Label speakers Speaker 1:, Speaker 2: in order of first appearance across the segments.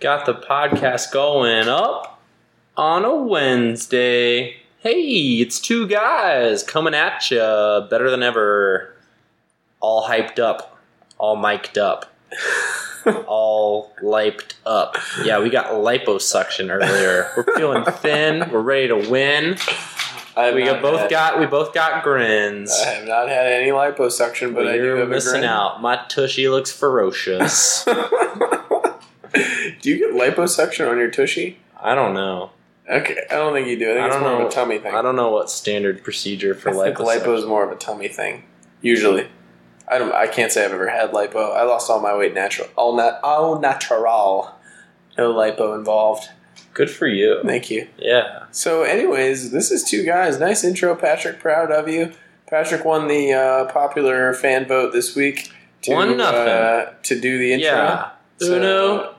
Speaker 1: Got the podcast going up on a Wednesday. Hey, it's two guys coming at you better than ever. All hyped up, all mic'd up, all liped up. Yeah, we got liposuction earlier. We're feeling thin. We're ready to win.
Speaker 2: I have
Speaker 1: We
Speaker 2: not
Speaker 1: both
Speaker 2: had-
Speaker 1: got we both got grins.
Speaker 2: I have not had any liposuction, but I do
Speaker 1: You're
Speaker 2: have
Speaker 1: missing
Speaker 2: a grin.
Speaker 1: out. My tushy looks ferocious.
Speaker 2: do you get liposuction on your tushy?
Speaker 1: I don't know.
Speaker 2: Okay, I don't think you do. I think
Speaker 1: I
Speaker 2: it's
Speaker 1: don't
Speaker 2: more
Speaker 1: know.
Speaker 2: of a tummy thing.
Speaker 1: I don't know what standard procedure for
Speaker 2: I think lipo
Speaker 1: liposuction.
Speaker 2: is more of a tummy thing. Usually, I don't. I can't say I've ever had lipo. I lost all my weight natural, all nat, all natural, no lipo involved.
Speaker 1: Good for you.
Speaker 2: Thank you.
Speaker 1: Yeah.
Speaker 2: So, anyways, this is two guys. Nice intro, Patrick. Proud of you. Patrick won the uh, popular fan vote this week. To,
Speaker 1: Won nothing.
Speaker 2: Uh, to do the intro.
Speaker 1: Yeah.
Speaker 2: So-
Speaker 1: Uno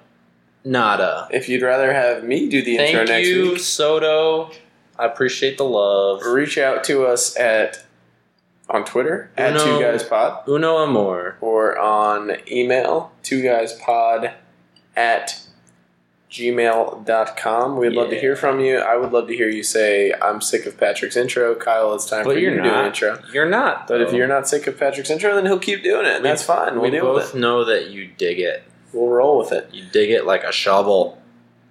Speaker 1: nada.
Speaker 2: If you'd rather have me do the intro
Speaker 1: Thank
Speaker 2: next
Speaker 1: you,
Speaker 2: week,
Speaker 1: Soto. I appreciate the love.
Speaker 2: reach out to us at on Twitter at
Speaker 1: Uno.
Speaker 2: Two Guys Pod
Speaker 1: Uno amor.
Speaker 2: or on email Two Guys Pod at gmail.com. We'd love to
Speaker 1: Yeah.
Speaker 2: hear from you. I would love to hear you say, I'm sick of Patrick's intro. Kyle, it's time
Speaker 1: But
Speaker 2: for you
Speaker 1: you're
Speaker 2: to do an
Speaker 1: not.
Speaker 2: intro.
Speaker 1: You're not.
Speaker 2: But if
Speaker 1: though.
Speaker 2: you're not sick of Patrick's intro, then he'll keep doing it. And
Speaker 1: Oh. We-
Speaker 2: that's fine. We'll
Speaker 1: we
Speaker 2: deal
Speaker 1: both
Speaker 2: with it.
Speaker 1: know that you dig it.
Speaker 2: We'll roll with it.
Speaker 1: You dig it like a shovel.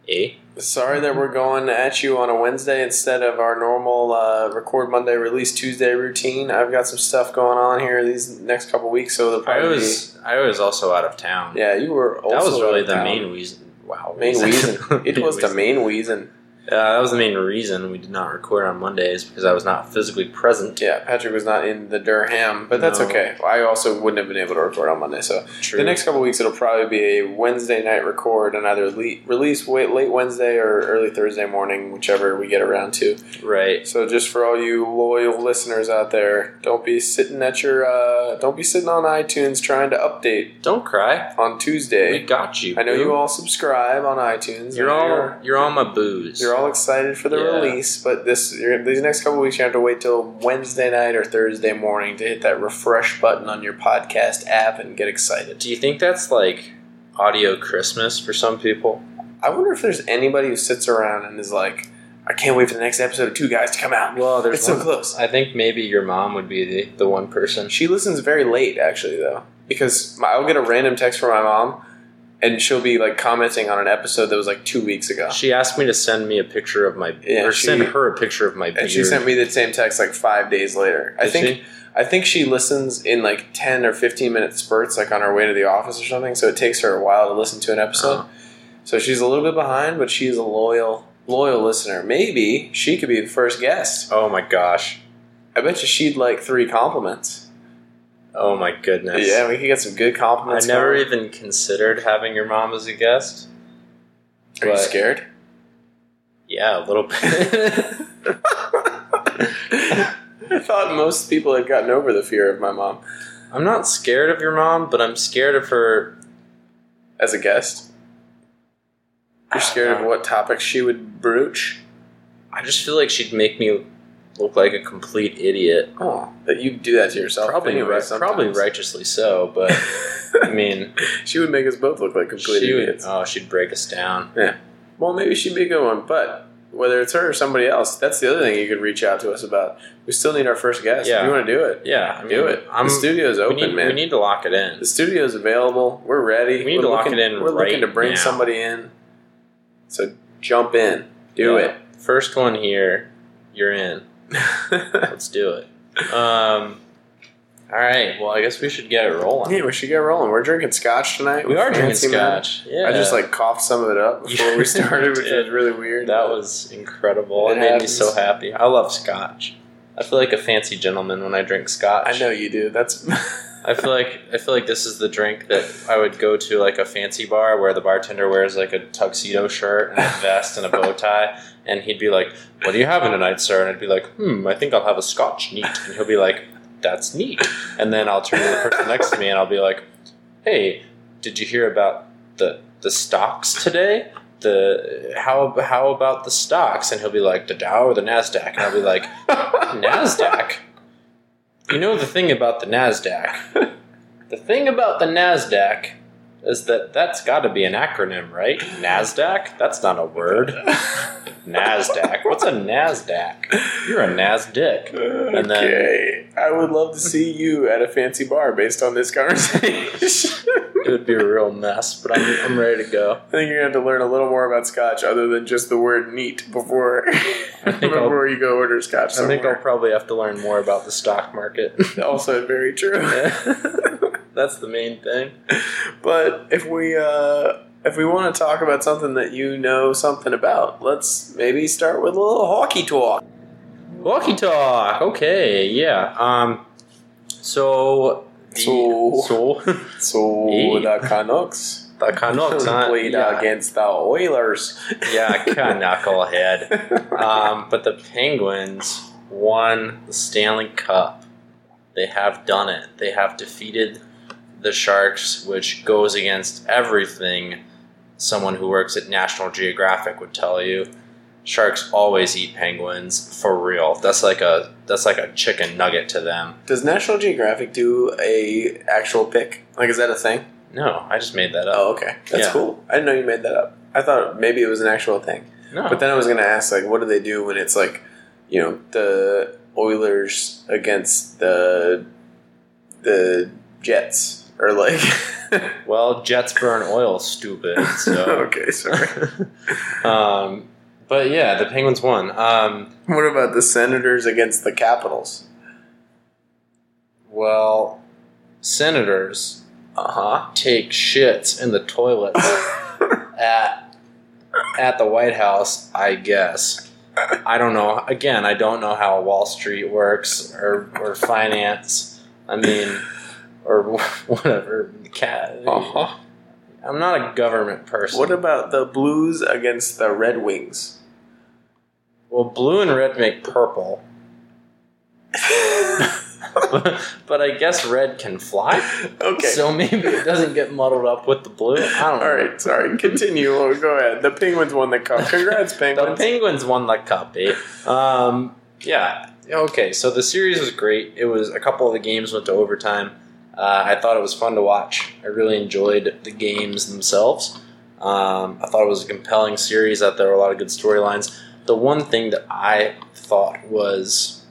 Speaker 1: Eh?
Speaker 2: Sorry that we're going at you on a Wednesday instead of our normal uh, record Monday, release Tuesday routine. I've got some stuff going on here these next couple weeks, so the
Speaker 1: I
Speaker 2: probably
Speaker 1: was I was also out of town.
Speaker 2: be- yeah, you were also
Speaker 1: that was really
Speaker 2: out of
Speaker 1: the
Speaker 2: town.
Speaker 1: main reason. Wow.
Speaker 2: main reason. It
Speaker 1: Main
Speaker 2: was the
Speaker 1: reason.
Speaker 2: main reason.
Speaker 1: Uh, that was the main reason we did not record on Mondays because I was not physically present.
Speaker 2: Yeah, Patrick was not in the Durham, but that's
Speaker 1: No.
Speaker 2: okay. I also wouldn't have been able to record on Monday, so
Speaker 1: True.
Speaker 2: the next couple weeks it'll probably be a Wednesday night record and either le- release wait, late Wednesday or early Thursday morning, whichever we get around to.
Speaker 1: right.
Speaker 2: So just for all you loyal listeners out there, don't be sitting at your uh, don't be sitting on iTunes trying to update
Speaker 1: Don't cry.
Speaker 2: on
Speaker 1: We
Speaker 2: Tuesday.
Speaker 1: got you.
Speaker 2: I know
Speaker 1: boo.
Speaker 2: you all subscribe on iTunes.
Speaker 1: You're
Speaker 2: I know
Speaker 1: all
Speaker 2: you're,
Speaker 1: you're all my booze.
Speaker 2: you're all excited for the
Speaker 1: Yeah.
Speaker 2: release, but this you're, these next couple weeks you have to wait till Wednesday night or Thursday morning to hit that refresh button on your podcast app and get excited.
Speaker 1: Do you think that's like audio Christmas for some people?
Speaker 2: I wonder if there's anybody who sits around and is like, I can't wait for the next episode of Two Guys to come out.
Speaker 1: Well,
Speaker 2: It's so close.
Speaker 1: I think maybe your mom would be the, the one person.
Speaker 2: She listens very late, actually, though, because my, I'll get a random text from my mom, and she'll be like commenting on an episode that was like two weeks ago,
Speaker 1: She asked me to send me a picture of my
Speaker 2: Yeah,
Speaker 1: or
Speaker 2: she-
Speaker 1: send her a picture of my beard.
Speaker 2: and she sent me the same text like five days later. I
Speaker 1: Did
Speaker 2: think I think she listens in like ten or fifteen minute spurts, like on her way to the office or something. So it takes her a while to listen to an episode.
Speaker 1: Oh.
Speaker 2: So she's a little bit behind, but she's a loyal loyal listener. Maybe she could be the first guest.
Speaker 1: Oh my gosh.
Speaker 2: I bet you she'd like three compliments.
Speaker 1: Oh my goodness.
Speaker 2: Yeah, we could get some good
Speaker 1: I
Speaker 2: compliments.
Speaker 1: never
Speaker 2: going.
Speaker 1: even considered having your mom as a guest.
Speaker 2: Are you
Speaker 1: but-
Speaker 2: scared?
Speaker 1: Yeah, a little bit.
Speaker 2: I thought most people had gotten over the fear of my mom
Speaker 1: I'm not scared of your mom, but I'm scared of her.
Speaker 2: as a guest. You're scared of
Speaker 1: Uh,
Speaker 2: what topics she would broach?
Speaker 1: I just feel like she'd make me look like a complete idiot.
Speaker 2: Oh, that you do that to yourself.
Speaker 1: Probably,
Speaker 2: anyway,
Speaker 1: right,
Speaker 2: sometimes.
Speaker 1: probably righteously so, but I mean,
Speaker 2: she would make us both look like complete
Speaker 1: she would.
Speaker 2: idiots.
Speaker 1: Oh, she'd break us down.
Speaker 2: well, maybe she'd be a good one, but whether it's her or somebody else, that's the other thing you could reach out to us about. We still need our first guest.
Speaker 1: Yeah.
Speaker 2: If you want to do it,
Speaker 1: Yeah, I mean,
Speaker 2: do it.
Speaker 1: I'm.
Speaker 2: the studio's
Speaker 1: we
Speaker 2: open,
Speaker 1: need,
Speaker 2: man.
Speaker 1: we need to lock it in.
Speaker 2: The studio's available. We're ready.
Speaker 1: We need
Speaker 2: We're
Speaker 1: to lock
Speaker 2: looking-
Speaker 1: it in
Speaker 2: We're
Speaker 1: right
Speaker 2: looking to bring
Speaker 1: now.
Speaker 2: somebody in. So jump in. Do
Speaker 1: Yeah. First one here, you're in.
Speaker 2: it.
Speaker 1: Let's do it. Um, all right. Well, I guess we should get it rolling.
Speaker 2: yeah, we should get rolling. We're drinking scotch tonight.
Speaker 1: we are drinking
Speaker 2: Fancy man.
Speaker 1: scotch. Yeah,
Speaker 2: I just like coughed some of it up before we started, which was
Speaker 1: Did.
Speaker 2: really weird.
Speaker 1: That was incredible.
Speaker 2: It
Speaker 1: It, made
Speaker 2: happens.
Speaker 1: me so happy. I love scotch. I feel like a fancy gentleman when I drink scotch.
Speaker 2: I know you do. That's
Speaker 1: I feel like I feel like this is the drink that I would go to like a fancy bar where the bartender wears like a tuxedo shirt and a vest and a bow tie, and he'd be like, "What are you having tonight, sir?" And I'd be like, "Hmm, I think I'll have a Scotch neat," and he'll be like, "That's neat," and then I'll turn to the person next to me and I'll be like, "Hey, did you hear about the the stocks today?" The how how about the stocks? And he'll be like the Dow or the Nasdaq, and I'll be like Nasdaq. You know the thing about the Nasdaq. The thing about the Nasdaq is that that's got to be an acronym, right? Nasdaq. That's not a word. Nasdaq. What's a Nasdaq? You're a Nasdick. And then-
Speaker 2: okay. I would love to see you at a fancy bar based on this conversation.
Speaker 1: It would be a real mess, but I'm, I'm ready to go.
Speaker 2: I think you're going to have to learn a little more about scotch other than just the word neat before,
Speaker 1: think I'll-
Speaker 2: before you go order scotch.
Speaker 1: I think I'll
Speaker 2: Somewhere.
Speaker 1: probably have to learn more about the stock market.
Speaker 2: also very true.
Speaker 1: That's the main thing.
Speaker 2: But if we uh, if we want to talk about something that you know something about, let's maybe start with a little hockey talk.
Speaker 1: Walkie talk. Okay, yeah. Um, so the
Speaker 2: So-
Speaker 1: so
Speaker 2: So
Speaker 1: Yeah.
Speaker 2: the Canucks
Speaker 1: the Canucks huh?
Speaker 2: played
Speaker 1: yeah,
Speaker 2: against the Oilers.
Speaker 1: yeah, kind of knucklehead. Um, but the Penguins won the Stanley Cup. They have done it. They have defeated the Sharks, which goes against everything someone who works at National Geographic would tell you. Sharks always eat penguins for real. That's like a that's like a chicken nugget to them.
Speaker 2: Does National Geographic do a actual pick? Like, is that a thing?
Speaker 1: No, I just made that up.
Speaker 2: Oh, okay, that's
Speaker 1: Yeah.
Speaker 2: cool. I didn't know you made that up. I thought maybe it was an actual thing.
Speaker 1: No,
Speaker 2: But then I was going to ask, like, what do they do when it's like, you know, the Oilers against the the Jets or like?
Speaker 1: well, jets burn oil, stupid. So,
Speaker 2: okay, sorry.
Speaker 1: um, but yeah, the Penguins won. Um,
Speaker 2: what about the Senators against the Capitals?
Speaker 1: Well, senators
Speaker 2: Uh
Speaker 1: take shits in the toilets
Speaker 2: huh.
Speaker 1: at at the White House, I guess. I don't know. Again, I don't know how Wall Street works or or finance. I mean, or whatever. Cat.
Speaker 2: huh.
Speaker 1: I'm not a government person.
Speaker 2: Uh-huh. What about the Blues against the Red Wings?
Speaker 1: well, blue and red make purple, but I guess red can fly.
Speaker 2: okay.
Speaker 1: So maybe it doesn't get muddled up with the blue. I don't know.
Speaker 2: all right, sorry. Continue. Oh, Go ahead. The Penguins won the cup. Congrats,
Speaker 1: the
Speaker 2: Penguins.
Speaker 1: Penguins won the cup. eh? Um, yeah. Okay. So the series was great. It was a couple of the games went to overtime. Uh, I thought it was fun to watch. I really enjoyed the games themselves. Um, I thought it was a compelling series. I thought there were a lot of good storylines. The one thing that I thought was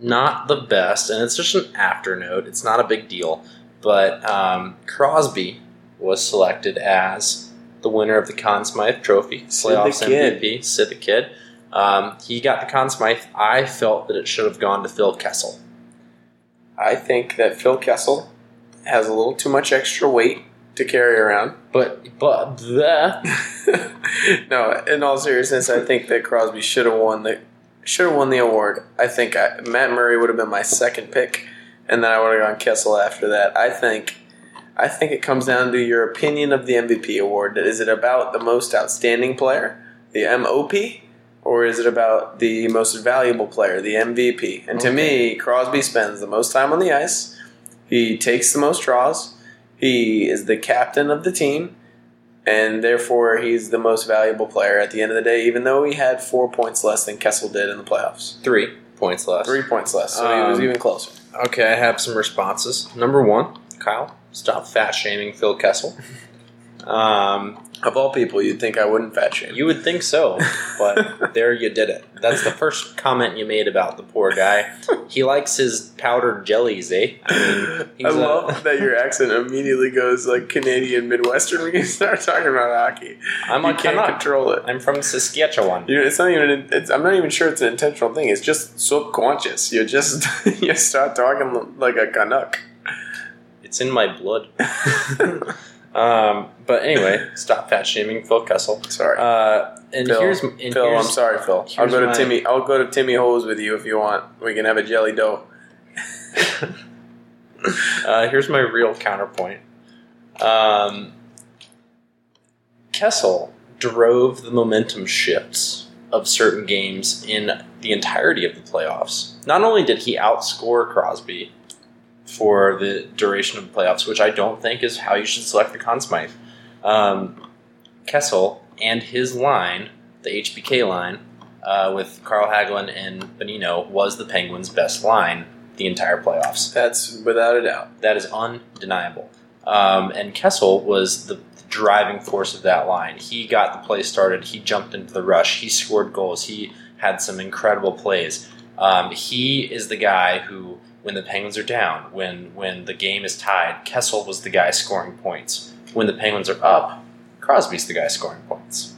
Speaker 1: not the best, and it's just an afternote. It's not a big deal, but um, Crosby was selected as the winner of the Conn Smythe Trophy,
Speaker 2: Sid the
Speaker 1: playoffs
Speaker 2: Kid.
Speaker 1: MVP, Sid the Kid. Um, he got the Conn Smythe. I felt that it should have gone to Phil Kessel.
Speaker 2: I think that Phil Kessel has a little too much extra weight to carry around.
Speaker 1: But but the
Speaker 2: no, in all seriousness, I think that Crosby should have won the should have won the award. I think I, Matt Murray would have been my second pick, and then I would have gone Kessel after that. I think. I think it comes down to your opinion of the MVP award. Is it about the most outstanding player, the MOP, or is it about the most valuable player, the MVP? And to me, Crosby spends the most time on the ice. He takes the most draws. He is the captain of the team, and therefore he's the most valuable player at the end of the day. Even though he had four points less than Kessel did in the playoffs,
Speaker 1: three points left.
Speaker 2: three points less, so he was
Speaker 1: Um,
Speaker 2: even closer.
Speaker 1: Okay, I have some responses. Number one, Kyle, stop fat shaming Phil Kessel. Um,
Speaker 2: Of all people, you'd think I wouldn't fetch him.
Speaker 1: you would think so, but there you did it. That's the first comment you made about the poor guy. He likes his powdered jellies, eh?
Speaker 2: I
Speaker 1: he's a-
Speaker 2: love that your accent immediately goes like Canadian Midwestern when you start talking about hockey.
Speaker 1: I'm
Speaker 2: you
Speaker 1: a
Speaker 2: can't
Speaker 1: Canuck.
Speaker 2: control it.
Speaker 1: I'm from Saskatchewan.
Speaker 2: You it's not even. It's, I'm not even sure it's an intentional thing. It's just subconscious. You just you start talking like a Canuck.
Speaker 1: It's in my blood. Um, but anyway, stop fat shaming Phil Kessel.
Speaker 2: sorry,
Speaker 1: Uh, and
Speaker 2: Phil.
Speaker 1: here's and
Speaker 2: Phil. I'm
Speaker 1: here's,
Speaker 2: sorry, Phil. I'll
Speaker 1: here's
Speaker 2: go to
Speaker 1: my-
Speaker 2: Timmy. I'll go to Timmy Holes with you if you want. We can have a jelly dough.
Speaker 1: uh, here's my real counterpoint. Um, Kessel drove the momentum shifts of certain games in the entirety of the playoffs. Not only did he outscore Crosby for the duration of the playoffs, which I don't think is how you should select the Conn Smythe, um, Kessel and his line, the HBK line, uh, with Carl Hagelin and Benino, was the Penguins' best line the entire playoffs.
Speaker 2: That's without a doubt.
Speaker 1: That is undeniable. Um, and Kessel was the driving force of that line. He got the play started. He jumped into the rush. He scored goals. He had some incredible plays. Um, he is the guy who, when the Penguins are down, when when the game is tied, Kessel was the guy scoring points. When the Penguins are up, Crosby's the guy scoring points.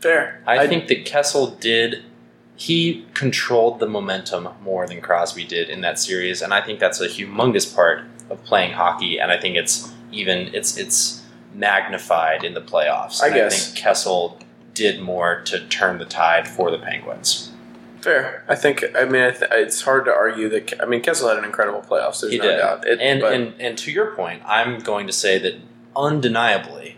Speaker 2: Fair.
Speaker 1: I, think that Kessel did. He controlled the momentum more than Crosby did in that series, and I think that's a humongous part of playing hockey. And I think it's even it's it's magnified in the playoffs.
Speaker 2: I
Speaker 1: And
Speaker 2: guess.
Speaker 1: think Kessel did more to turn the tide for the Penguins.
Speaker 2: Fair. I think. I mean, I th- it's hard to argue that. Ke- I mean, Kessel had an incredible playoffs. There's
Speaker 1: he
Speaker 2: no
Speaker 1: did.
Speaker 2: doubt. It-
Speaker 1: and,
Speaker 2: but
Speaker 1: and and to your point, I'm going to say that undeniably,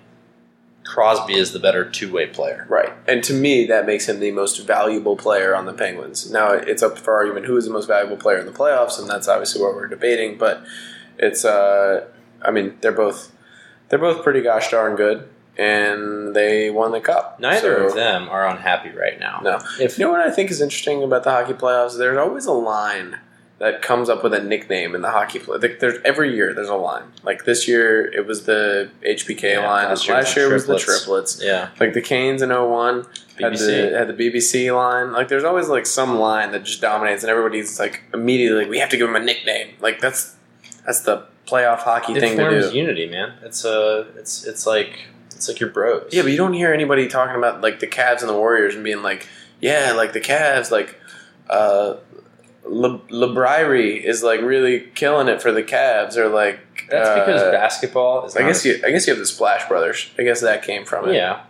Speaker 1: Crosby is the better two way player.
Speaker 2: right. And to me, that makes him the most valuable player on the Penguins. Now it's up for argument who is the most valuable player in the playoffs, and that's obviously what we're debating. But it's. Uh, I mean, they're both. They're both pretty gosh darn good, and they won the cup.
Speaker 1: Neither
Speaker 2: So-
Speaker 1: of them are unhappy right now.
Speaker 2: No.
Speaker 1: If
Speaker 2: You know what I think is interesting about the hockey playoffs? There's always a line that comes up with a nickname in the hockey play. like, There's every year there's a line. Like this year it was the HBK
Speaker 1: Yeah,
Speaker 2: line.
Speaker 1: last
Speaker 2: Last
Speaker 1: year
Speaker 2: year,
Speaker 1: was the
Speaker 2: it was the
Speaker 1: triplets.
Speaker 2: triplets.
Speaker 1: yeah,
Speaker 2: Like the Canes in 01 had
Speaker 1: BBC.
Speaker 2: the, had the BBC line. Like there's always like some line that just dominates and everybody's like immediately like we have to give him a nickname. Like that's that's the playoff hockey
Speaker 1: it
Speaker 2: thing to
Speaker 1: forms
Speaker 2: do.
Speaker 1: unity, man. It's a it's it's like it's like your bros.
Speaker 2: Yeah, but you don't hear anybody talking about like the Cavs and the Warriors and being like, yeah, like the Cavs, like uh, Le- Lebriri is like really killing it for the Cavs, or like
Speaker 1: that's
Speaker 2: uh,
Speaker 1: because basketball is.
Speaker 2: I
Speaker 1: not
Speaker 2: guess
Speaker 1: a-
Speaker 2: you, I guess you have the Splash Brothers. I guess that came from it.
Speaker 1: Yeah,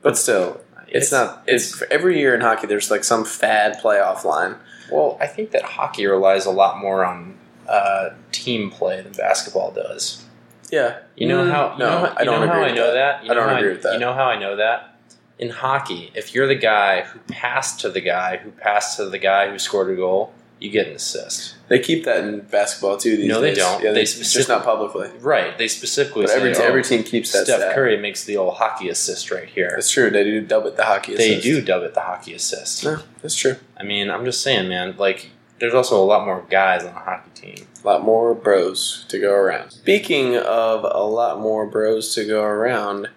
Speaker 2: but still, it's, not. It's every year in hockey. There's like some fad playoff line.
Speaker 1: Well, I think that hockey relies a lot more on uh, team play than basketball does.
Speaker 2: Yeah,
Speaker 1: You know
Speaker 2: Mm,
Speaker 1: how you
Speaker 2: no,
Speaker 1: know, how-
Speaker 2: I
Speaker 1: you
Speaker 2: don't
Speaker 1: know how
Speaker 2: agree
Speaker 1: I
Speaker 2: with
Speaker 1: know that. You
Speaker 2: I
Speaker 1: know
Speaker 2: don't
Speaker 1: how
Speaker 2: agree with that.
Speaker 1: You know how I know that? In hockey, if you're the guy who passed to the guy who passed to the guy who scored a goal, you get an assist.
Speaker 2: They keep that in basketball too. These
Speaker 1: No, they
Speaker 2: days.
Speaker 1: don't.
Speaker 2: Yeah,
Speaker 1: They
Speaker 2: it's just not publicly.
Speaker 1: Right. They specifically
Speaker 2: But
Speaker 1: say
Speaker 2: every,
Speaker 1: oh,
Speaker 2: every team keeps that.
Speaker 1: Steph
Speaker 2: stat.
Speaker 1: Curry makes the old hockey assist right here.
Speaker 2: That's true. They do dub it the hockey.
Speaker 1: They
Speaker 2: assist.
Speaker 1: do dub it the hockey assist.
Speaker 2: Yeah, that's true.
Speaker 1: I mean, I'm just saying, man, like there's also a lot more guys on a hockey team.
Speaker 2: A lot more bros to go around. Speaking of a lot more bros to go around,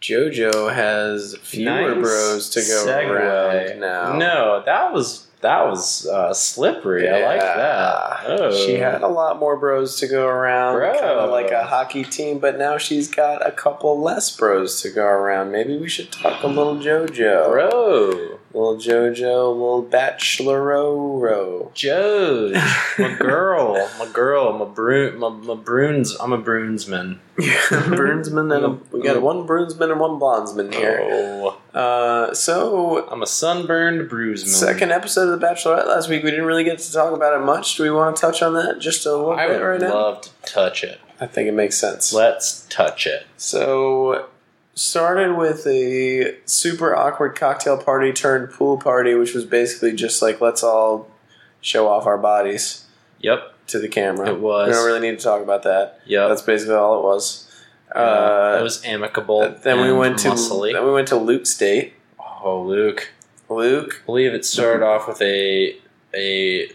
Speaker 2: JoJo has fewer
Speaker 1: Nice
Speaker 2: bros to go
Speaker 1: segue.
Speaker 2: around now.
Speaker 1: No, that was that was uh, slippery. I like
Speaker 2: Yeah.
Speaker 1: that. Oh.
Speaker 2: She had a lot more bros to go around, kind of like a
Speaker 1: Bros.
Speaker 2: hockey team, but now she's got a couple less bros to go around. Maybe we should talk a little JoJo.
Speaker 1: bro.
Speaker 2: Little JoJo, little Bachelororo.
Speaker 1: Joe, my girl, my girl, my brune, my, my bruins. I'm a bruinsman.
Speaker 2: Brunsman and a, we got one Brunsman and one Bondsman here.
Speaker 1: Oh,
Speaker 2: Uh, so
Speaker 1: I'm a sunburned bruiseman.
Speaker 2: second episode of the Bachelorette last week, we didn't really get to talk about it much. Do we want to touch on that just a little
Speaker 1: I
Speaker 2: bit
Speaker 1: would
Speaker 2: right now?
Speaker 1: love to touch it.
Speaker 2: I think it makes sense.
Speaker 1: Let's touch it.
Speaker 2: So started with a super awkward cocktail party turned pool party, which was basically just like let's all show off our bodies
Speaker 1: Yep,
Speaker 2: to the camera.
Speaker 1: It was.
Speaker 2: We don't really need to talk about that.
Speaker 1: yep.
Speaker 2: That's basically all it was. Uh,
Speaker 1: it was amicable.
Speaker 2: then we
Speaker 1: and
Speaker 2: went to
Speaker 1: muscly.
Speaker 2: then we went to Luke's date.
Speaker 1: oh, Luke.
Speaker 2: Luke
Speaker 1: I believe it started off with a a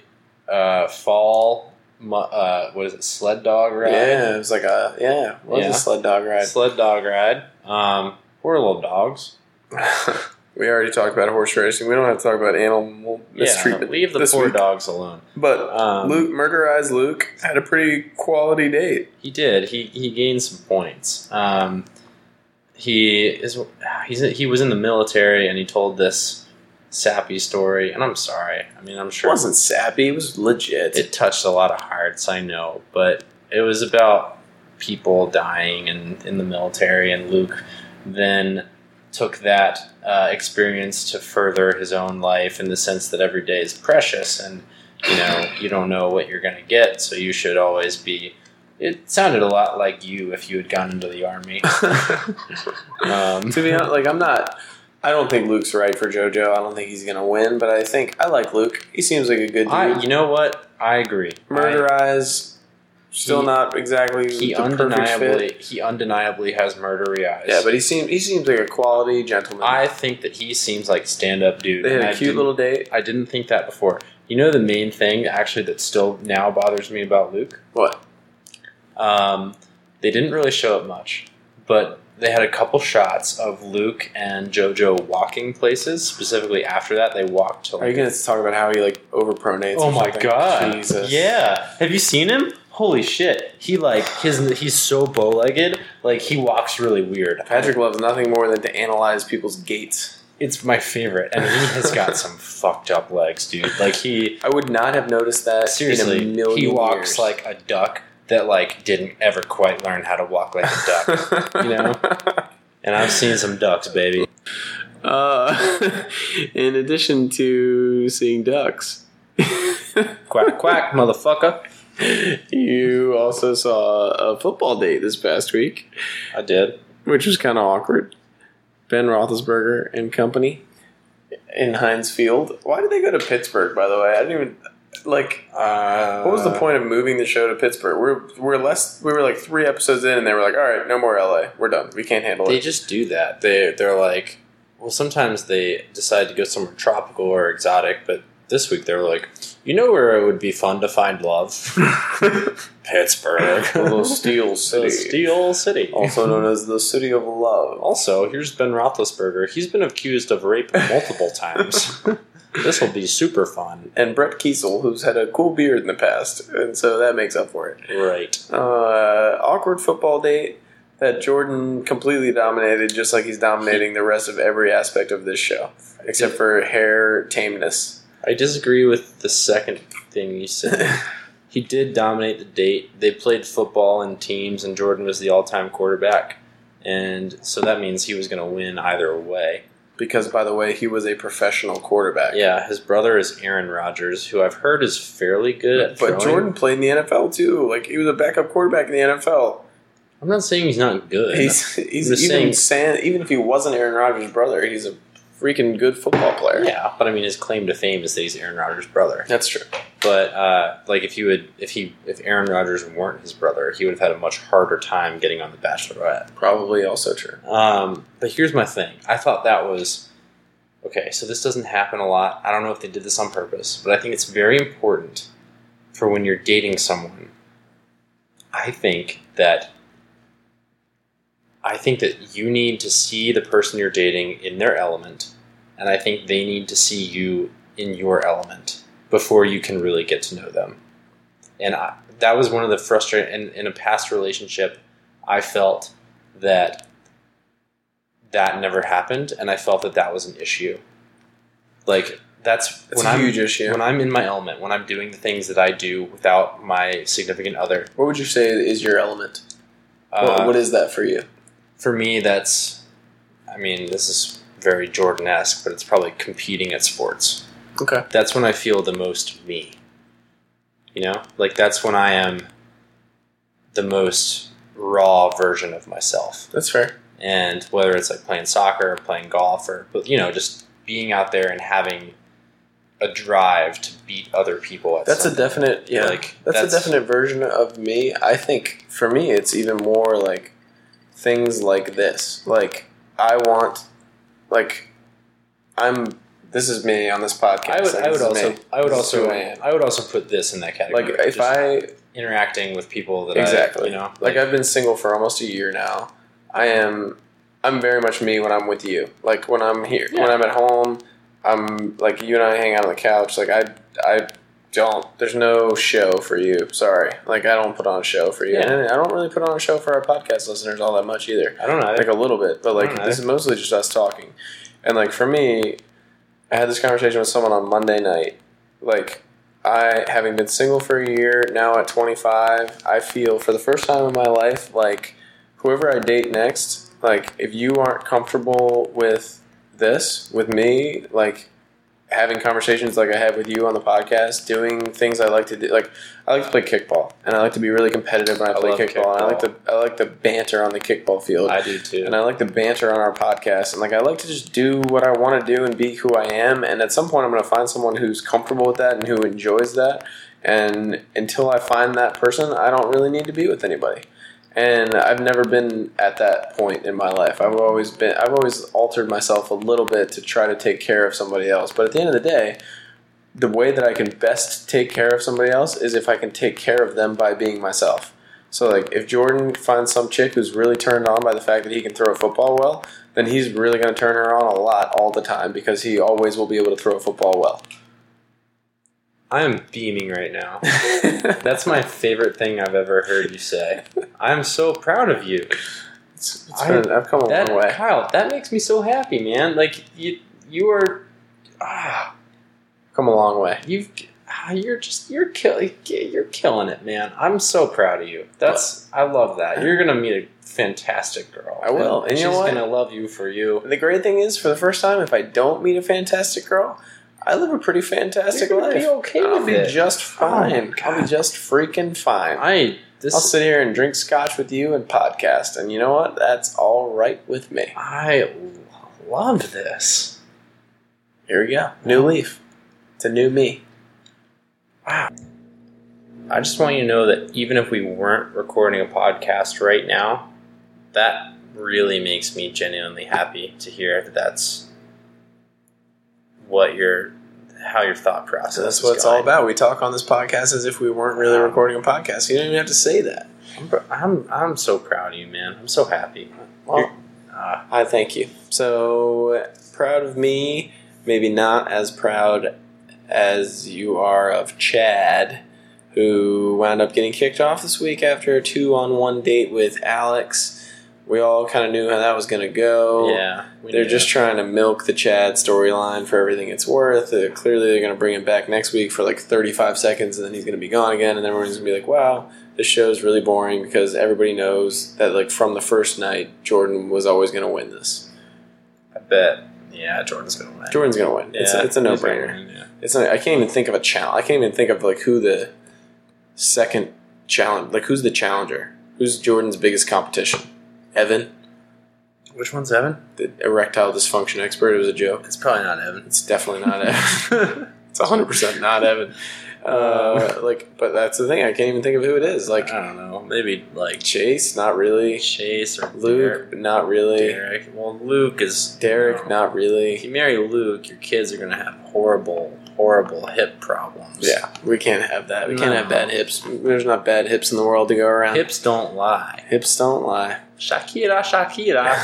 Speaker 1: uh, fall. mu- Uh, what is it? Sled dog ride.
Speaker 2: Yeah, it was like a yeah, it was
Speaker 1: Yeah.
Speaker 2: a sled dog ride.
Speaker 1: Sled dog ride. Um, we're little dogs.
Speaker 2: we already talked about horse racing. We don't have to talk about animal
Speaker 1: Yeah, leave the poor dogs alone.
Speaker 2: But
Speaker 1: Um,
Speaker 2: Luke, murderized Luke, had a pretty quality date.
Speaker 1: He did. He he gained some points. Um, he is he's he was in the military and he told this sappy story. And I'm sorry. I mean, I'm
Speaker 2: It
Speaker 1: sure
Speaker 2: wasn't sappy. It was legit.
Speaker 1: it touched a lot of hearts. I know, but it was about people dying in in the military. And Luke then took that uh, experience to further his own life in the sense that every day is precious and you know you don't know what you're going to get so you should always be it sounded a lot like you if you had gone into the army um,
Speaker 2: to be honest, like I'm not. I don't think Luke's right for JoJo. I don't think he's gonna win. But I think I like Luke. He seems like a good dude.
Speaker 1: I, you know what i agree
Speaker 2: murderized. Still
Speaker 1: He-
Speaker 2: not exactly
Speaker 1: I- he
Speaker 2: the perfect fit.
Speaker 1: undeniably he undeniably has murdery eyes
Speaker 2: Yeah, but he seems he seems like a quality gentleman.
Speaker 1: i think that he seems like stand-up dude
Speaker 2: they had
Speaker 1: and
Speaker 2: a
Speaker 1: I
Speaker 2: cute
Speaker 1: didn't-
Speaker 2: little date.
Speaker 1: i didn't think that before you know the main thing actually that still now bothers me about luke
Speaker 2: What?
Speaker 1: um, They didn't really show up much, but they had a couple shots of Luke and JoJo walking places. Specifically, after that, they walked to.
Speaker 2: Are you
Speaker 1: Lincoln.
Speaker 2: going to talk about how he like overpronates?
Speaker 1: Oh
Speaker 2: or
Speaker 1: my
Speaker 2: something?
Speaker 1: god!
Speaker 2: Jesus.
Speaker 1: Yeah, have you seen him? Holy shit! He like his he's so bow legged. Like he walks really weird.
Speaker 2: Patrick loves nothing more than to analyze people's gaits.
Speaker 1: It's my favorite, and he has got some fucked up legs, dude. Like he.
Speaker 2: I would not have noticed that
Speaker 1: Seriously,
Speaker 2: in a million
Speaker 1: he walks
Speaker 2: years.
Speaker 1: like a duck that like didn't ever quite learn how to walk like a duck. you know? and I've seen some ducks, baby.
Speaker 2: Uh, in addition to seeing ducks,
Speaker 1: Quack quack, motherfucker.
Speaker 2: you also saw a football date this past week,
Speaker 1: I did.
Speaker 2: which was kind of awkward. Ben Roethlisberger and company in Heinz Field. Why did they go to Pittsburgh? By the way, I didn't even like.
Speaker 1: Uh,
Speaker 2: What was the point of moving the show to Pittsburgh? We're we're less. We were like three episodes in, and they were like, "All right, no more LA. We're done. We can't handle
Speaker 1: They
Speaker 2: it."
Speaker 1: just do that. They they're like, well, sometimes they decide to go somewhere tropical or exotic, but this week they were like, you know where it would be fun to find love? Pittsburgh,
Speaker 2: Little Steel City,
Speaker 1: the steel city.
Speaker 2: also known as the City of Love.
Speaker 1: Also, here's Ben Roethlisberger. He's been accused of rape multiple times. this will be super fun.
Speaker 2: and Brett Kiesel, who's had a cool beard in the past, and so that makes up for it.
Speaker 1: Right.
Speaker 2: Uh, awkward football date that Jordan completely dominated, just like he's dominating the rest of every aspect of this show, except for hair tameness.
Speaker 1: I disagree with the second thing you said. he did dominate the date. They played football in teams, and Jordan was the all time quarterback. And so that means he was going to win either way.
Speaker 2: Because, by the way, he was a professional quarterback.
Speaker 1: Yeah, his brother is Aaron Rodgers, who I've heard is fairly good at
Speaker 2: But
Speaker 1: throwing.
Speaker 2: Jordan played in the NFL too. Like he was a backup quarterback in the NFL.
Speaker 1: I'm not saying he's not good.
Speaker 2: He's he's
Speaker 1: I'm just
Speaker 2: even
Speaker 1: saying-
Speaker 2: san- even if he wasn't Aaron Rodgers' brother, he's a freaking good football player.
Speaker 1: yeah, but I mean, his claim to fame is that he's Aaron Rodgers' brother.
Speaker 2: That's true.
Speaker 1: But uh, like if you would if he if Aaron Rodgers weren't his brother, he would have had a much harder time getting on the Bachelorette.
Speaker 2: Probably also true.
Speaker 1: Um, but here's my thing: I thought that was okay. So this doesn't happen a lot. I don't know if they did this on purpose, but I think it's very important for when you're dating someone. I think that I think that you need to see the person you're dating in their element, and I think they need to see you in your element before you can really get to know them. And I, that was one of the frustrating. In, in a past relationship, I felt that that never happened, and I felt that that was an issue. Like that's
Speaker 2: That's
Speaker 1: when
Speaker 2: a
Speaker 1: I'm
Speaker 2: huge issue.
Speaker 1: when I'm in my element, when I'm doing the things that I do without my significant other.
Speaker 2: What would you say is your element?
Speaker 1: Uh,
Speaker 2: what, what is that for you?
Speaker 1: for me, that's, I mean, this is very Jordan esque, but it's probably competing at sports.
Speaker 2: Okay.
Speaker 1: That's when I feel the most me. You know? Like, that's when I am the most raw version of myself.
Speaker 2: That's fair.
Speaker 1: And whether it's like playing soccer or playing golf or, but, you know, just being out there and having a drive to beat other people at
Speaker 2: That's a
Speaker 1: something.
Speaker 2: definite yeah.
Speaker 1: Like,
Speaker 2: that's,
Speaker 1: that's-
Speaker 2: a definite version of me. I think for me it's even more like things like this. Like I want like I'm this is me on this podcast.
Speaker 1: I would,
Speaker 2: and
Speaker 1: I would
Speaker 2: this is
Speaker 1: also,
Speaker 2: me.
Speaker 1: I would
Speaker 2: This is
Speaker 1: also,
Speaker 2: who I am.
Speaker 1: I would also put this in that category.
Speaker 2: like if
Speaker 1: Just
Speaker 2: I
Speaker 1: interacting with people that I,
Speaker 2: exactly
Speaker 1: you know,
Speaker 2: like, I've been single for almost a year now. I am I'm very much me when I'm with you. Like when I'm here, when
Speaker 1: Yeah.
Speaker 2: I'm at home, I'm like you and I hang out on the couch. Like I I don't. There's no show for you. Sorry. Like I don't put on a show for you,
Speaker 1: Yeah.
Speaker 2: and I don't really put on a show for our podcast listeners all that much either
Speaker 1: I don't know.
Speaker 2: like a little bit, but like
Speaker 1: Alright.
Speaker 2: this is mostly just us talking. And like for me, I had this conversation with someone on Monday night. Like I, having been single for a year now at 25, I feel for the first time in my life like whoever I date next, like if you aren't comfortable with this with me, like having conversations like I have with you on the podcast, doing things I like to do. Like I like to play kickball, and I like to be really competitive when I,
Speaker 1: I
Speaker 2: play
Speaker 1: love
Speaker 2: kickball. And I like the
Speaker 1: kickball.
Speaker 2: I like the banter on the kickball field
Speaker 1: I do too.
Speaker 2: and I like the banter on our podcast, and like I like to just do what I want to do and be who I am. And at some point, I'm going to find someone who's comfortable with that and who enjoys that. And until I find that person, I don't really need to be with anybody. And I've never been at that point in my life. I've always been, I've always altered myself a little bit to try to take care of somebody else. But at the end of the day, the way that I can best take care of somebody else is if I can take care of them by being myself. So like, if Jordan finds some chick who's really turned on by the fact that he can throw a football well, then he's really going to turn her on a lot all the time because he always will be able to throw a football well.
Speaker 1: I'm beaming right now. That's my favorite thing I've ever heard you say. I'm so proud of you.
Speaker 2: It's, it's been- I've come a
Speaker 1: That
Speaker 2: long way.
Speaker 1: Kyle, that makes me so happy, man. Like you, you are, ah,
Speaker 2: Come a long way.
Speaker 1: you've, ah, you're just you're killing you're killing it, man. I'm so proud of you. That's I love that. You're gonna meet a fantastic girl.
Speaker 2: I will. And you
Speaker 1: she's
Speaker 2: know what?
Speaker 1: gonna love you for you.
Speaker 2: The great thing is, for the first time, if I don't meet a fantastic girl, I live a pretty fantastic
Speaker 1: You're gonna
Speaker 2: life.
Speaker 1: be okay
Speaker 2: I'll
Speaker 1: with
Speaker 2: be
Speaker 1: it.
Speaker 2: just fine.
Speaker 1: my
Speaker 2: I'll be
Speaker 1: God.
Speaker 2: just freaking fine.
Speaker 1: I this
Speaker 2: I'll sit here and drink scotch with you and podcast, and you know what? That's all right with me.
Speaker 1: I love this.
Speaker 2: Here we go. New leaf. It's a new me.
Speaker 1: I just want you to know that even if we weren't recording a podcast right now, that really makes me genuinely happy to hear that that's what your how your thought process.
Speaker 2: So that's
Speaker 1: is
Speaker 2: what it's all
Speaker 1: going.
Speaker 2: about. We talk on this podcast as if we weren't really recording a podcast. You don't even have to say that.
Speaker 1: I'm I'm so proud of you, man. I'm so happy.
Speaker 2: Well,
Speaker 1: Uh,
Speaker 2: I thank you. So proud of me. Maybe not as proud as you are of Chad, who wound up getting kicked off this week after a two on one date with Alex. We all kind of knew how that was going to go.
Speaker 1: yeah, we
Speaker 2: They're
Speaker 1: knew.
Speaker 2: just trying to milk the Chad storyline for everything it's worth. Uh, clearly, they're going to bring him back next week for like 35 seconds, and then he's going to be gone again, and everyone's going to be like, wow, this show's really boring because everybody knows that, like, from the first night, Jordan was always going to win this.
Speaker 1: I bet. Yeah, Jordan's gonna win.
Speaker 2: Jordan's going to win.
Speaker 1: yeah,
Speaker 2: it's, a, it's a no
Speaker 1: he's gonna
Speaker 2: brainer.
Speaker 1: win, yeah.
Speaker 2: It's not, I can't even think of a challenge. I can't even think of, like, who the second challenge, like, who's the challenger? Who's Jordan's biggest competition? Evan,
Speaker 1: Which one's Evan?
Speaker 2: the erectile dysfunction expert. It was a joke.
Speaker 1: It's probably not Evan.
Speaker 2: It's definitely not Evan. it's hundred percent not Evan. Uh, like, but that's the thing. I can't even think of who it is. Like
Speaker 1: I don't know. Maybe like
Speaker 2: Chase, not really.
Speaker 1: Chase or
Speaker 2: Luke, not really. Derek,
Speaker 1: Derek. Well, Luke is no.
Speaker 2: not
Speaker 1: If
Speaker 2: really.
Speaker 1: you marry Luke, your kids are gonna have horrible, horrible hip problems.
Speaker 2: Yeah, we can't have that. We can't
Speaker 1: No.
Speaker 2: have bad hips. There's not bad hips in the world to go around.
Speaker 1: hips don't lie.
Speaker 2: Hips don't lie.
Speaker 1: Shakira, Shakira.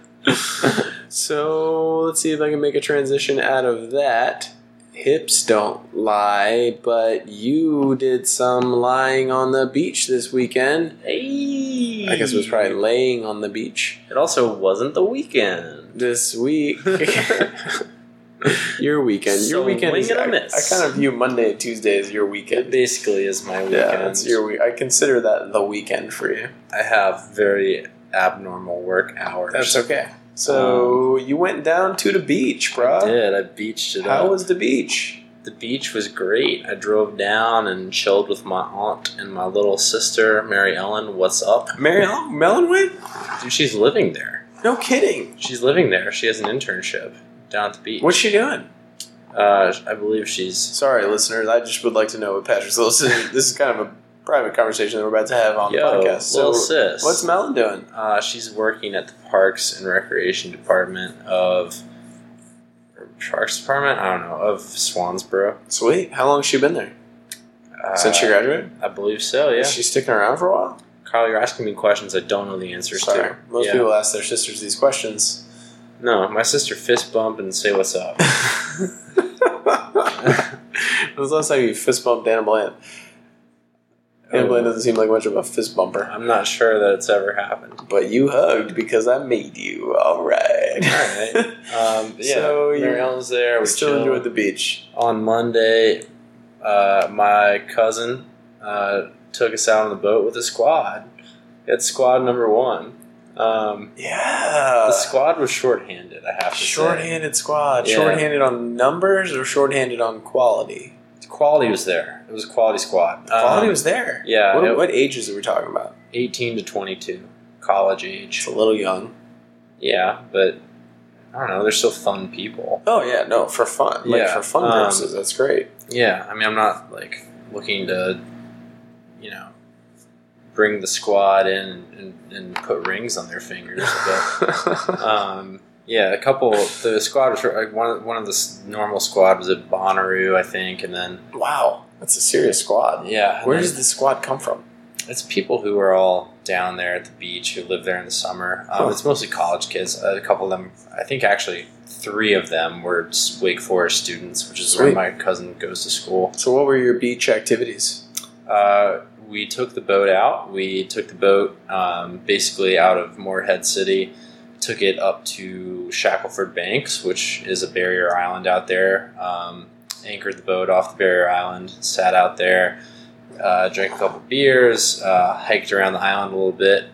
Speaker 2: Ah. so let's see if I can make a transition out of that. Hips don't lie, but you did some lying on the beach this weekend.
Speaker 1: hey.
Speaker 2: I guess it was probably laying on the beach
Speaker 1: It also wasn't the weekend.
Speaker 2: this week. your weekend, your
Speaker 1: So
Speaker 2: weekend. Is,
Speaker 1: wing
Speaker 2: I,
Speaker 1: and a miss.
Speaker 2: I kind of view Monday and Tuesday as your
Speaker 1: It
Speaker 2: weekend.
Speaker 1: basically is my weekend.
Speaker 2: Yeah, it's your week. I consider that the weekend for you.
Speaker 1: I have very abnormal work hours.
Speaker 2: okay. So you went down to the beach, bro.
Speaker 1: Um, I did. I beached it
Speaker 2: How
Speaker 1: up.
Speaker 2: was the beach?
Speaker 1: the beach was great. I drove down and chilled with my aunt and my little sister, Mary Ellen. What's up?
Speaker 2: Mary Ellen Mellon went?
Speaker 1: Dude, she's living there.
Speaker 2: No kidding.
Speaker 1: She's living there. She has an internship down at the beach.
Speaker 2: What's she doing?
Speaker 1: Uh, I believe she's.
Speaker 2: Sorry, listeners. I just would like to know what Patrick's little sister. this is kind of a private conversation that we're about to have on
Speaker 1: Yo,
Speaker 2: the podcast. So,
Speaker 1: little sis.
Speaker 2: what's Mellon doing?
Speaker 1: uh, she's working at the Parks and Recreation Department of. or Parks Department? I don't know. Of Swansboro.
Speaker 2: Sweet. How long has she been there?
Speaker 1: Uh,
Speaker 2: Since she graduated?
Speaker 1: I believe so, yeah.
Speaker 2: Is she sticking around for a while?
Speaker 1: Carl, you're asking me questions I don't know the answers
Speaker 2: Sorry.
Speaker 1: to.
Speaker 2: Most
Speaker 1: Yeah.
Speaker 2: people ask their sisters these questions.
Speaker 1: No, my sister fist bump and say what's up.
Speaker 2: When was the last time you fist bumped Anna Bland? Anna Bland doesn't seem like much of a fist bumper.
Speaker 1: I'm not sure that it's ever happened.
Speaker 2: But you hugged because I made you. All
Speaker 1: All
Speaker 2: right.
Speaker 1: right. Um, but yeah,
Speaker 2: So you-
Speaker 1: Mary Ellen's there.
Speaker 2: I
Speaker 1: We
Speaker 2: still
Speaker 1: chilled.
Speaker 2: enjoyed the beach.
Speaker 1: on Monday, uh, my cousin uh, took us out on the boat with a squad. It's squad number one. Um,
Speaker 2: Yeah.
Speaker 1: the squad was shorthanded. I have to
Speaker 2: Uh, Shorthanded squad.
Speaker 1: Yeah.
Speaker 2: Shorthanded on numbers or shorthanded on quality?
Speaker 1: say. Quality was there. It was a quality squad.
Speaker 2: Quality
Speaker 1: Um,
Speaker 2: was there.
Speaker 1: yeah,
Speaker 2: What,
Speaker 1: it-
Speaker 2: what ages are we talking about?
Speaker 1: eighteen to twenty-two, college age.
Speaker 2: It's a little young.
Speaker 1: Yeah, but I don't know. They're still fun people.
Speaker 2: Oh yeah, no, for fun. Like
Speaker 1: Yeah,
Speaker 2: for fun
Speaker 1: um,
Speaker 2: purposes, that's great.
Speaker 1: Yeah, I mean, I'm not like looking to, you know, bring the squad in and, and put rings on their fingers, but. um, yeah, a couple. The squad was like one. of- One of the s- normal squad was at Bonnaroo, I think, and then
Speaker 2: wow, that's a serious squad.
Speaker 1: yeah, and
Speaker 2: Where
Speaker 1: then
Speaker 2: does this squad come from?
Speaker 1: it's people who are all down there at the beach who live there in the summer. Um, It's mostly college kids. A couple of them, I think actually three of them were s- Wake Forest students, which is where
Speaker 2: Sweet.
Speaker 1: my cousin goes to school.
Speaker 2: So, what were your beach activities?
Speaker 1: Uh, we took the boat out. We took the boat um, basically out of Moorhead City, took it up to Shackleford Banks, which is a barrier island out there. Um, anchored the boat off the barrier island, sat out there, uh, drank a couple beers, uh, hiked around the island a little bit.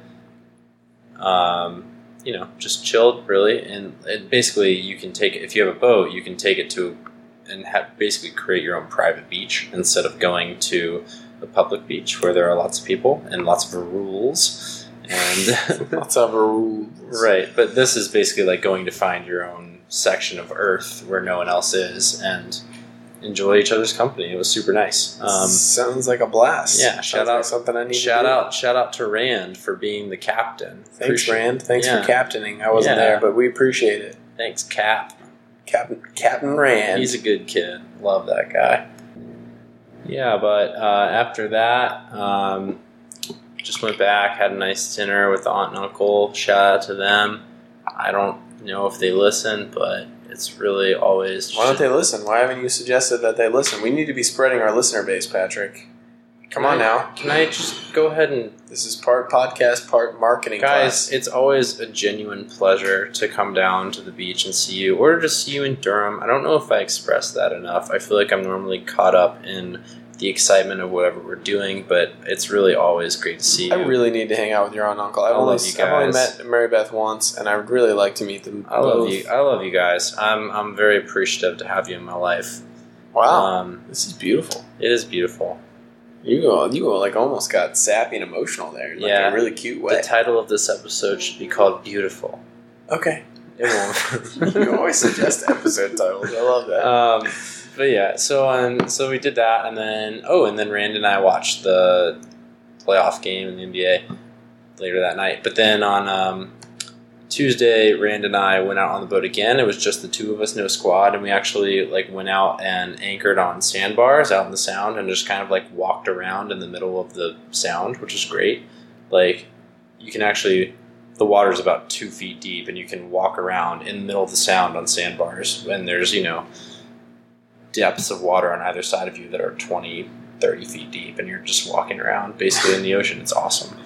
Speaker 1: Um, you know, just chilled really, and, and basically you can take if you have a boat, you can take it to and have basically create your own private beach instead of going to the public beach where there are lots of people and lots of rules. And
Speaker 2: Let's have a rules.
Speaker 1: right, but this is basically like going to find your own section of Earth where no one else is and enjoy each other's company. It was super nice. Um,
Speaker 2: Sounds like a blast.
Speaker 1: yeah,
Speaker 2: Sounds
Speaker 1: shout
Speaker 2: like
Speaker 1: out-
Speaker 2: something I need. to
Speaker 1: shout
Speaker 2: do.
Speaker 1: out, shout out to Rand for being the captain.
Speaker 2: Thanks,
Speaker 1: Appreciate-
Speaker 2: Rand. Thanks
Speaker 1: Yeah.
Speaker 2: for captaining. I wasn't
Speaker 1: Yeah.
Speaker 2: there, but we appreciate it.
Speaker 1: Thanks, Cap.
Speaker 2: Captain Captain Rand.
Speaker 1: He's a good kid. Love that guy. Yeah, but uh, after that, um, just went back, had a nice dinner with the aunt and uncle. Shout out to them. I don't know if they listen, but it's really always.
Speaker 2: Why don't they listen? Why haven't you suggested that they listen? We need to be spreading our listener base, Patrick. Come on now.
Speaker 1: Can I just go ahead and
Speaker 2: This is part podcast, part marketing.
Speaker 1: guys?
Speaker 2: class.
Speaker 1: It's always a genuine pleasure to come down to the beach and see you, or to see you in Durham. I don't know if I expressed that enough. I feel like I'm normally caught up in the excitement of whatever we're doing, but it's really always great to see you.
Speaker 2: I really need to hang out with your aunt and uncle. I've,
Speaker 1: I
Speaker 2: only,
Speaker 1: love you
Speaker 2: I've only
Speaker 1: guys.
Speaker 2: met Mary Beth once, and I would really like to meet them.
Speaker 1: I love
Speaker 2: both.
Speaker 1: you. I love you guys. I'm I'm very appreciative to have you in my life.
Speaker 2: Wow,
Speaker 1: Um,
Speaker 2: this is beautiful.
Speaker 1: it is beautiful.
Speaker 2: You all, you all, like almost got sappy and emotional there in like
Speaker 1: Yeah.
Speaker 2: a really cute
Speaker 1: The
Speaker 2: way.
Speaker 1: title of this episode should be called "Beautiful."
Speaker 2: okay,
Speaker 1: It won't.
Speaker 2: you always suggest episode titles. I love that.
Speaker 1: um, but yeah, so um, so we did that, and then oh, and then Rand and I watched the playoff game in the NBA later that night. But then on um, Tuesday, Rand and I went out on the boat again. It was just the two of us, no squad, and we actually like went out and anchored on sandbars out in the sound, and just kind of like walked around in the middle of the sound, which is great. Like you can actually the water's about two feet deep and you can walk around in the middle of the sound on sandbars and there's you know depths of water on either side of you that are 20 30 feet deep and you're just walking around basically in the ocean it's awesome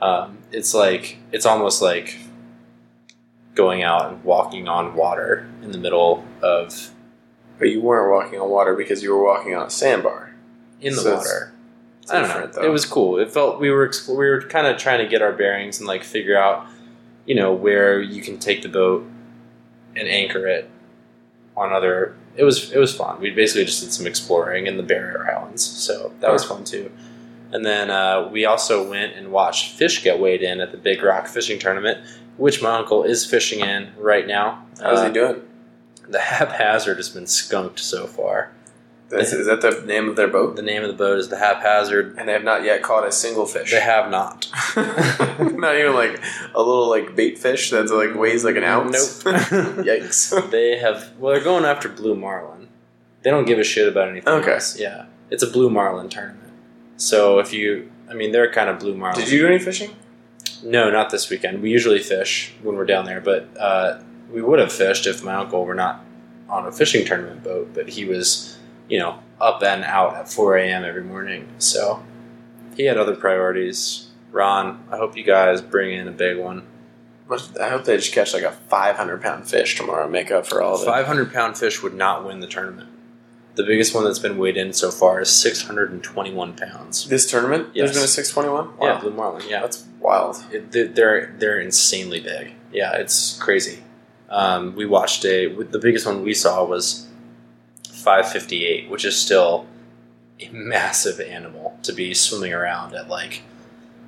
Speaker 1: um, it's like it's almost like going out and walking on water in the middle of
Speaker 2: But you weren't walking on water because you were walking on a sandbar.
Speaker 1: in the
Speaker 2: So it's-
Speaker 1: water I don't know.
Speaker 2: Different,
Speaker 1: It was cool. It felt we were expl- we were kind of trying to get our bearings and like figure out, you know, where you can take the boat and anchor it on other. It was it was fun. We basically just did some exploring in the barrier islands, so that was fun too. And then uh, we also went and watched fish get weighed in at the Big Rock Fishing Tournament, which my uncle is fishing in right now.
Speaker 2: How's
Speaker 1: Uh,
Speaker 2: he doing?
Speaker 1: the haphazard has been skunked so far.
Speaker 2: That's, is that the name of their boat?
Speaker 1: The name of the boat is the haphazard.
Speaker 2: And they have not yet caught a single fish.
Speaker 1: They have not.
Speaker 2: not even like a little like bait fish that's like weighs like an ounce.
Speaker 1: Nope.
Speaker 2: Yikes.
Speaker 1: They have. Well, they're going after blue marlin. They don't give a shit about anything.
Speaker 2: Okay.
Speaker 1: Else. Yeah, it's a blue marlin tournament. So if you, I mean, they're kind of blue marlin.
Speaker 2: Did you do any fishing?
Speaker 1: No, not this weekend. We usually fish when we're down there, but uh, we would have fished if my uncle were not on a fishing tournament boat. But he was, you know, up and out at 4 a.m. every morning, so he had other priorities. Ron, I hope you guys bring in a big one.
Speaker 2: Must- I hope they just catch like a 500 pound fish tomorrow and make up for all of it.
Speaker 1: Five hundred pound fish would not win the tournament. The biggest one that's been weighed in so far is six hundred and twenty one pounds.
Speaker 2: This tournament?
Speaker 1: Yes.
Speaker 2: There's been a 621?
Speaker 1: Yeah, blue marlin. Yeah,
Speaker 2: That's wild.
Speaker 1: It- they- they're they're insanely big. Yeah, it's crazy. Um, we watched a the biggest one we saw was five fifty eight, which is still a massive animal to be swimming around at like.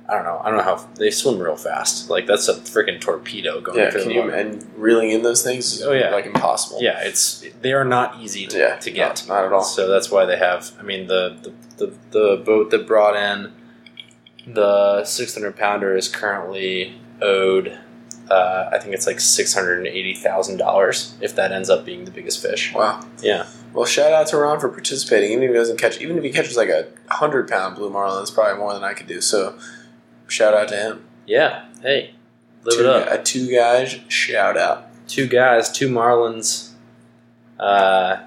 Speaker 1: I don't know. I don't know how they swim real fast. Like that's a freaking torpedo going
Speaker 2: Yeah,
Speaker 1: through
Speaker 2: can
Speaker 1: the
Speaker 2: you,
Speaker 1: water.
Speaker 2: and reeling in those things is
Speaker 1: Oh, yeah.
Speaker 2: like impossible.
Speaker 1: Yeah, it's they are not easy to,
Speaker 2: Yeah,
Speaker 1: to get.
Speaker 2: Not, not at all.
Speaker 1: So that's why they have. I mean, the the, the, the boat that brought in the 600 pounder is currently owed uh, I think it's like six hundred and eighty thousand dollars if that ends up being the biggest fish.
Speaker 2: Wow.
Speaker 1: Yeah,
Speaker 2: Well, shout out to Ron for participating. Even if he doesn't catch, even if he catches like a hundred pound blue marlin, that's probably more than I could do. So, shout out to him.
Speaker 1: yeah. Hey, live
Speaker 2: two,
Speaker 1: it up.
Speaker 2: A two guys shout out.
Speaker 1: Two guys, two Marlins, uh,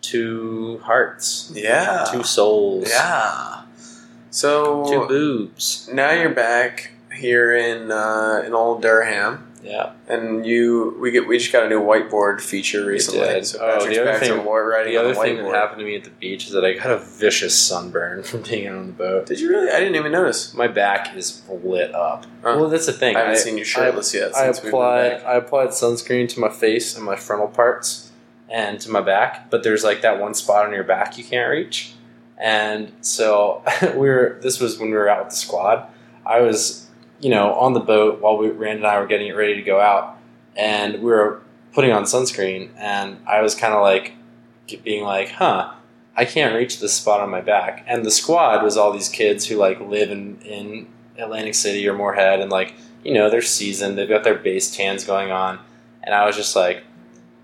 Speaker 1: two hearts,
Speaker 2: Yeah.
Speaker 1: two souls,
Speaker 2: Yeah.
Speaker 1: two
Speaker 2: So
Speaker 1: boobs.
Speaker 2: now you're back here in uh, in old Durham,
Speaker 1: Yeah,
Speaker 2: and you we get we just got a new whiteboard feature recently.
Speaker 1: did.
Speaker 2: So
Speaker 1: Oh, the
Speaker 2: Patrick's
Speaker 1: other
Speaker 2: back
Speaker 1: thing-
Speaker 2: to white writing
Speaker 1: the
Speaker 2: on
Speaker 1: other
Speaker 2: the
Speaker 1: thing that
Speaker 2: whiteboard.
Speaker 1: happened to me at the beach is that I got a vicious sunburn from being out on the boat.
Speaker 2: Did you really? I didn't even notice.
Speaker 1: My back is lit up.
Speaker 2: Huh.
Speaker 1: Well, that's the thing.
Speaker 2: I haven't
Speaker 1: I-
Speaker 2: seen you shirtless yet.
Speaker 1: I
Speaker 2: Since
Speaker 1: applied
Speaker 2: We've been back.
Speaker 1: I applied sunscreen to my face and my frontal parts and to my back, but there's like that one spot on your back you can't reach. And so we were this was when we were out with the squad. I was, you know, on the boat while we Rand and I were getting ready to go out and we were putting on sunscreen and I was kind of like being like, "Huh, I can't reach this spot on my back." And the squad was all these kids who like live in in Atlantic City or Moorhead and like you know, they're seasoned, they've got their base tans going on. And I was just like,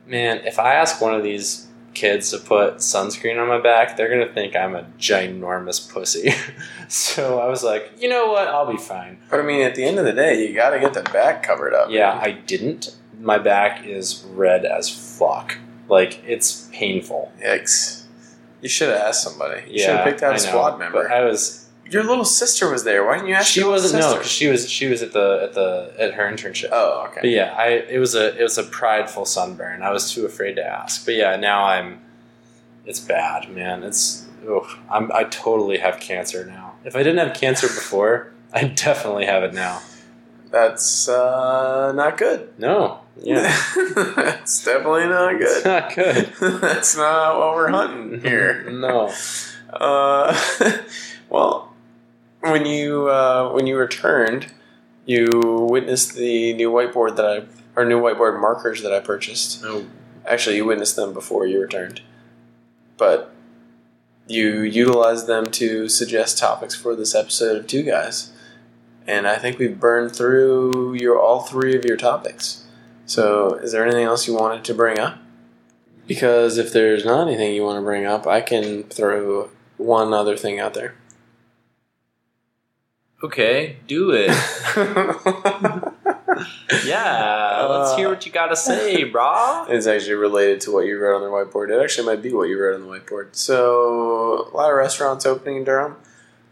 Speaker 1: man, if I ask one of these kids to put sunscreen on my back, they're going to think I'm a ginormous pussy. so I was like, you know what? I'll be fine.
Speaker 2: But I mean, at the end of the day, you got to get the back covered up.
Speaker 1: Yeah, I didn't. My back is red as fuck. Like, it's painful.
Speaker 2: Yikes. You should have asked somebody. You
Speaker 1: Yeah,
Speaker 2: should have picked out
Speaker 1: I
Speaker 2: a
Speaker 1: know,
Speaker 2: squad
Speaker 1: But
Speaker 2: member.
Speaker 1: I was.
Speaker 2: Your little sister was there. Why didn't you ask?
Speaker 1: She
Speaker 2: your little
Speaker 1: wasn't. No,
Speaker 2: sister?
Speaker 1: 'cause she was. She was at the at the at her internship.
Speaker 2: Oh, okay.
Speaker 1: But yeah, I it was a it was a prideful sunburn. I was too afraid to ask. But yeah, now I'm. It's bad, man. It's oof, I'm I totally have cancer now. If I didn't have cancer before, I definitely have it now.
Speaker 2: That's uh, not good.
Speaker 1: No, yeah,
Speaker 2: That's definitely not
Speaker 1: it's
Speaker 2: good.
Speaker 1: not good.
Speaker 2: That's not what we're hunting here.
Speaker 1: no.
Speaker 2: Uh, well, when you uh, when you returned, you witnessed the new whiteboard that I or new whiteboard markers that I purchased.
Speaker 1: No.
Speaker 2: Actually, you witnessed them before you returned, but you utilized them to suggest topics for this episode of Two Guys, and I think we've burned through your all three of your topics. So, is there anything else you wanted to bring up? Because if there's not anything you want to bring up, I can throw one other thing out there.
Speaker 1: Okay, do it. Yeah,
Speaker 2: let's hear
Speaker 1: what you gotta say, brah.
Speaker 2: It's actually related to what you wrote on the whiteboard. It actually might be what you wrote on the whiteboard. So, a lot of restaurants opening in Durham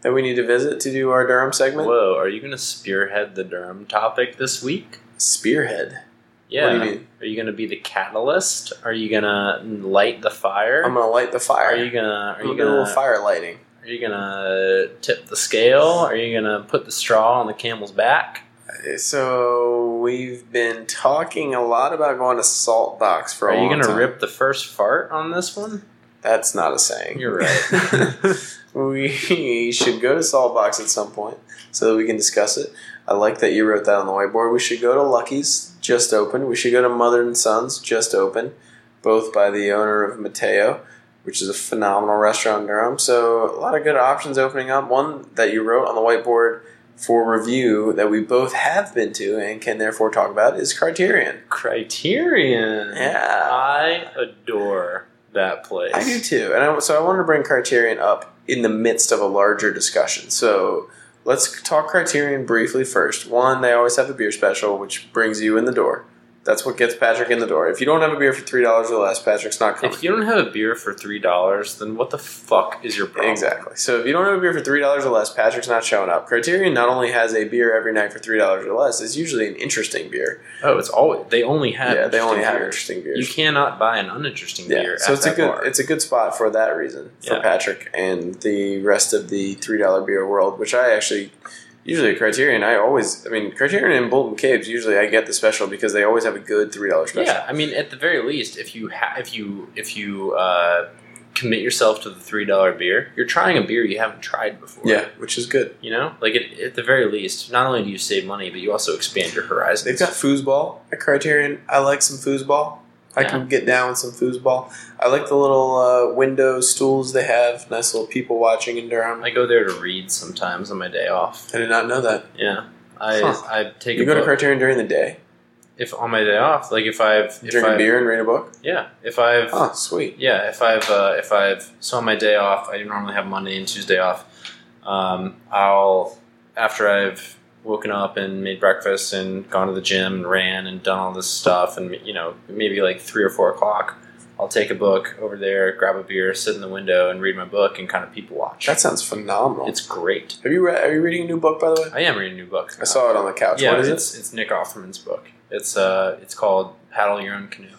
Speaker 2: that we need to visit to do our Durham segment.
Speaker 1: Whoa, are you gonna spearhead the Durham topic this week?
Speaker 2: Spearhead.
Speaker 1: Yeah.
Speaker 2: What do you mean?
Speaker 1: Are you gonna be the catalyst? Are you gonna light the fire?
Speaker 2: I'm gonna light the fire.
Speaker 1: Are you gonna are
Speaker 2: I'm
Speaker 1: you
Speaker 2: gonna do a little
Speaker 1: gonna
Speaker 2: fire lighting.
Speaker 1: are you gonna tip the scale? Are you gonna put the straw on the camel's back?
Speaker 2: So we've been talking a lot about going to Salt Box for
Speaker 1: Are
Speaker 2: a
Speaker 1: you
Speaker 2: long
Speaker 1: gonna
Speaker 2: time.
Speaker 1: rip the first fart on this one?
Speaker 2: That's not a saying.
Speaker 1: You're right.
Speaker 2: we should go to Saltbox at some point so that we can discuss it. I like that you wrote that on the whiteboard. We should go to Lucky's, just open. We should go to Mother and Sons, just open, both by the owner of Mateo, which is a phenomenal restaurant in Durham. So a lot of good options opening up. One that you wrote on the whiteboard for review that we both have been to and can therefore talk about is Criterion.
Speaker 1: Criterion.
Speaker 2: Yeah.
Speaker 1: I adore that place.
Speaker 2: I do too, and I, so I wanted to bring Criterion up in the midst of a larger discussion. So let's talk Criterion briefly first. One, they always have a beer special, which brings you in the door. That's what gets Patrick in the door. If you don't have a beer for three dollars or less, Patrick's not coming.
Speaker 1: If you don't have a beer for three dollars, then what the fuck is your problem?
Speaker 2: Exactly. So if you don't have a beer for three dollars or less, Patrick's not showing up. Criterion not only has a beer every night for three dollars or less, it's usually an interesting beer.
Speaker 1: Oh, it's always they only have
Speaker 2: yeah, they only
Speaker 1: interesting
Speaker 2: have
Speaker 1: beers.
Speaker 2: interesting
Speaker 1: You
Speaker 2: beers.
Speaker 1: cannot buy an uninteresting
Speaker 2: yeah,
Speaker 1: beer.
Speaker 2: so
Speaker 1: at
Speaker 2: it's a
Speaker 1: that
Speaker 2: good
Speaker 1: bar.
Speaker 2: it's a good spot for that reason for
Speaker 1: Yeah.
Speaker 2: Patrick and the rest of the three dollar beer world, which I actually usually Criterion. I always, I mean, Criterion and Bolton Caves. Usually, I get the special because they always have a good three dollar special.
Speaker 1: Yeah, I mean, at the very least, if you ha- if you if you uh, commit yourself to the three dollar beer, you're trying a beer you haven't tried before.
Speaker 2: Yeah, which is good.
Speaker 1: you know, like it, at the very least, not only do you save money, but you also expand your horizons.
Speaker 2: They've got foosball at Criterion. I like some foosball. I
Speaker 1: Yeah.
Speaker 2: can get down with some foosball. I like the little uh, window stools they have. Nice little people watching in Durham.
Speaker 1: I go there to read sometimes on my day off.
Speaker 2: I did not know that.
Speaker 1: Yeah, I
Speaker 2: Huh.
Speaker 1: I take
Speaker 2: You
Speaker 1: a
Speaker 2: go to
Speaker 1: book.
Speaker 2: Criterion during the day,
Speaker 1: if on my day off, like if I've if
Speaker 2: drink a
Speaker 1: I've,
Speaker 2: beer, and read a book.
Speaker 1: yeah, if I've
Speaker 2: Oh, sweet.
Speaker 1: yeah, if I've uh, if I've so on my day off, I normally have Monday and Tuesday off. Um, I'll after I've woken up and made breakfast and gone to the gym and ran and done all this stuff, and you know maybe like three or four o'clock, I'll take a book over there, grab a beer, sit in the window, and read my book and kind of people watch.
Speaker 2: That sounds phenomenal.
Speaker 1: it's great.
Speaker 2: Have you read? Are you reading a new book by the way?
Speaker 1: I am reading a new book.
Speaker 2: I saw it on the couch.
Speaker 1: Yeah,
Speaker 2: what is it?
Speaker 1: it's, it's Nick Offerman's book. It's uh, it's called Paddle Your Own Canoe.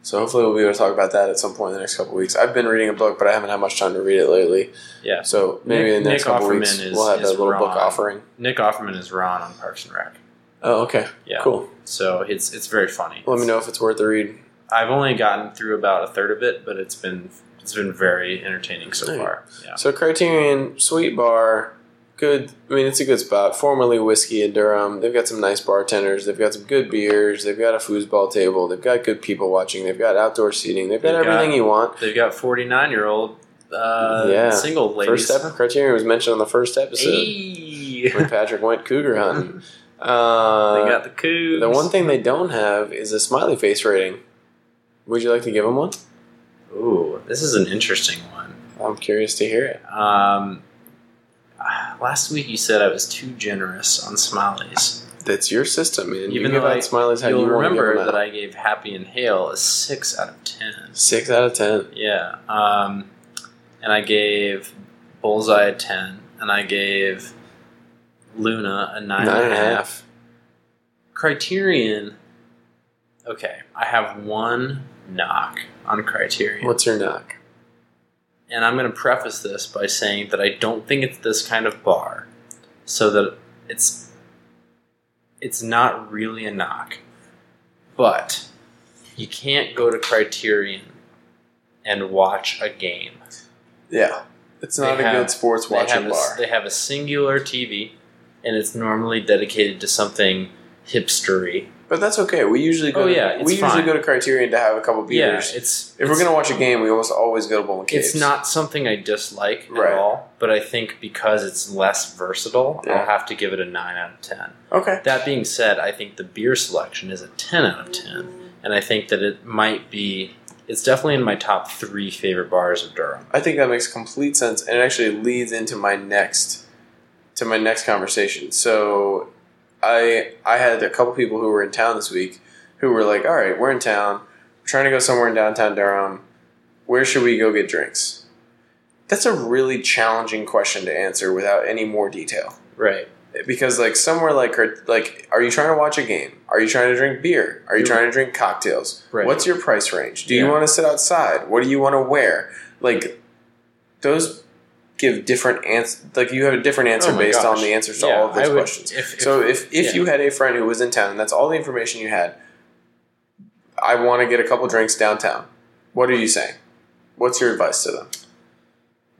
Speaker 2: So hopefully we'll be able to talk about that at some point in the next couple of weeks. I've been reading a book, but I haven't had much time to read it lately.
Speaker 1: Yeah.
Speaker 2: So maybe in the
Speaker 1: Nick
Speaker 2: next couple
Speaker 1: Offerman
Speaker 2: of weeks
Speaker 1: is-
Speaker 2: we'll have
Speaker 1: is
Speaker 2: a little book
Speaker 1: wrong.
Speaker 2: offering.
Speaker 1: Nick Offerman is Ron on Parks and Rec.
Speaker 2: Oh, okay.
Speaker 1: Yeah.
Speaker 2: Cool.
Speaker 1: So it's it's very funny.
Speaker 2: Let me know if it's worth a read.
Speaker 1: I've only gotten through about a third of it, but it's been it's been very entertaining so
Speaker 2: Alright.
Speaker 1: far. Yeah.
Speaker 2: So Criterion Sweet Bar, good. I mean, it's a good spot. Formerly whiskey in Durham, they've got some nice bartenders. They've got some good beers. They've got a foosball table. They've got good people watching. They've got outdoor seating. They've got
Speaker 1: They've got-
Speaker 2: everything you want.
Speaker 1: They've got forty nine year old uh,
Speaker 2: Yeah.
Speaker 1: single ladies.
Speaker 2: First episode. Criterion was mentioned on the first episode
Speaker 1: Hey.
Speaker 2: when Patrick went cougar hunting.
Speaker 1: they
Speaker 2: Uh,
Speaker 1: got the coos.
Speaker 2: The one thing they don't have is a smiley face rating. Would you like to give them one?
Speaker 1: Ooh, this is an interesting one.
Speaker 2: I'm curious to hear it.
Speaker 1: Um, ah, last week you said I was too generous on smileys.
Speaker 2: That's your system, man.
Speaker 1: Even
Speaker 2: you give
Speaker 1: though
Speaker 2: out
Speaker 1: I-
Speaker 2: smileys how you
Speaker 1: You'll
Speaker 2: want to give
Speaker 1: remember
Speaker 2: 'em
Speaker 1: that
Speaker 2: out.
Speaker 1: I gave Happy and Hale a six out of ten.
Speaker 2: Six out of ten.
Speaker 1: Yeah. Um, and I gave Bullseye a 10, and I gave Luna a nine and a half.
Speaker 2: Nine and a half.
Speaker 1: Criterion. Okay, I have one knock on Criterion.
Speaker 2: What's your knock?
Speaker 1: And I'm going to preface this by saying that I don't think it's this kind of bar. So that it's it's not really a knock. But you can't go to Criterion and watch a game.
Speaker 2: Yeah. It's
Speaker 1: They
Speaker 2: not a
Speaker 1: have-
Speaker 2: good sports
Speaker 1: They have
Speaker 2: watching
Speaker 1: a-
Speaker 2: bar.
Speaker 1: they have a singular TV, and it's normally dedicated to something hipstery.
Speaker 2: but that's okay. We usually go
Speaker 1: Oh,
Speaker 2: to,
Speaker 1: yeah, it's
Speaker 2: we usually
Speaker 1: fine.
Speaker 2: go to Criterion to have a couple
Speaker 1: Yeah,
Speaker 2: beers.
Speaker 1: it's
Speaker 2: if we're
Speaker 1: it's-
Speaker 2: gonna watch a game, we almost always go to Bowling Caves.
Speaker 1: it's not something I dislike
Speaker 2: Right.
Speaker 1: at all. But I think because it's less versatile,
Speaker 2: Yeah.
Speaker 1: I'll have to give it a nine out of ten.
Speaker 2: Okay.
Speaker 1: That being said, I think the beer selection is a ten out of ten, and I think that it might be. It's definitely in my top three favorite bars of Durham.
Speaker 2: I think that makes complete sense, and it actually leads into my next to my next conversation. So, I I had a couple people who were in town this week who were like, "All right, we're in town. We're trying to go somewhere in downtown Durham. Where should we go get drinks?" That's a really challenging question to answer without any more detail
Speaker 1: Right.
Speaker 2: because like somewhere like her like are you trying to watch a game are you trying to drink beer are you
Speaker 1: You're-
Speaker 2: trying to drink cocktails
Speaker 1: Right.
Speaker 2: what's your price range do you
Speaker 1: Yeah.
Speaker 2: want to sit outside what do you want to wear like those give different ans like you have a different answer
Speaker 1: Oh my
Speaker 2: based
Speaker 1: gosh.
Speaker 2: on the answers to all of those questions
Speaker 1: If, if,
Speaker 2: so if if
Speaker 1: yeah.
Speaker 2: you had a friend who was in town and that's all the information you had i want to get a couple drinks downtown what are you saying what's your advice to them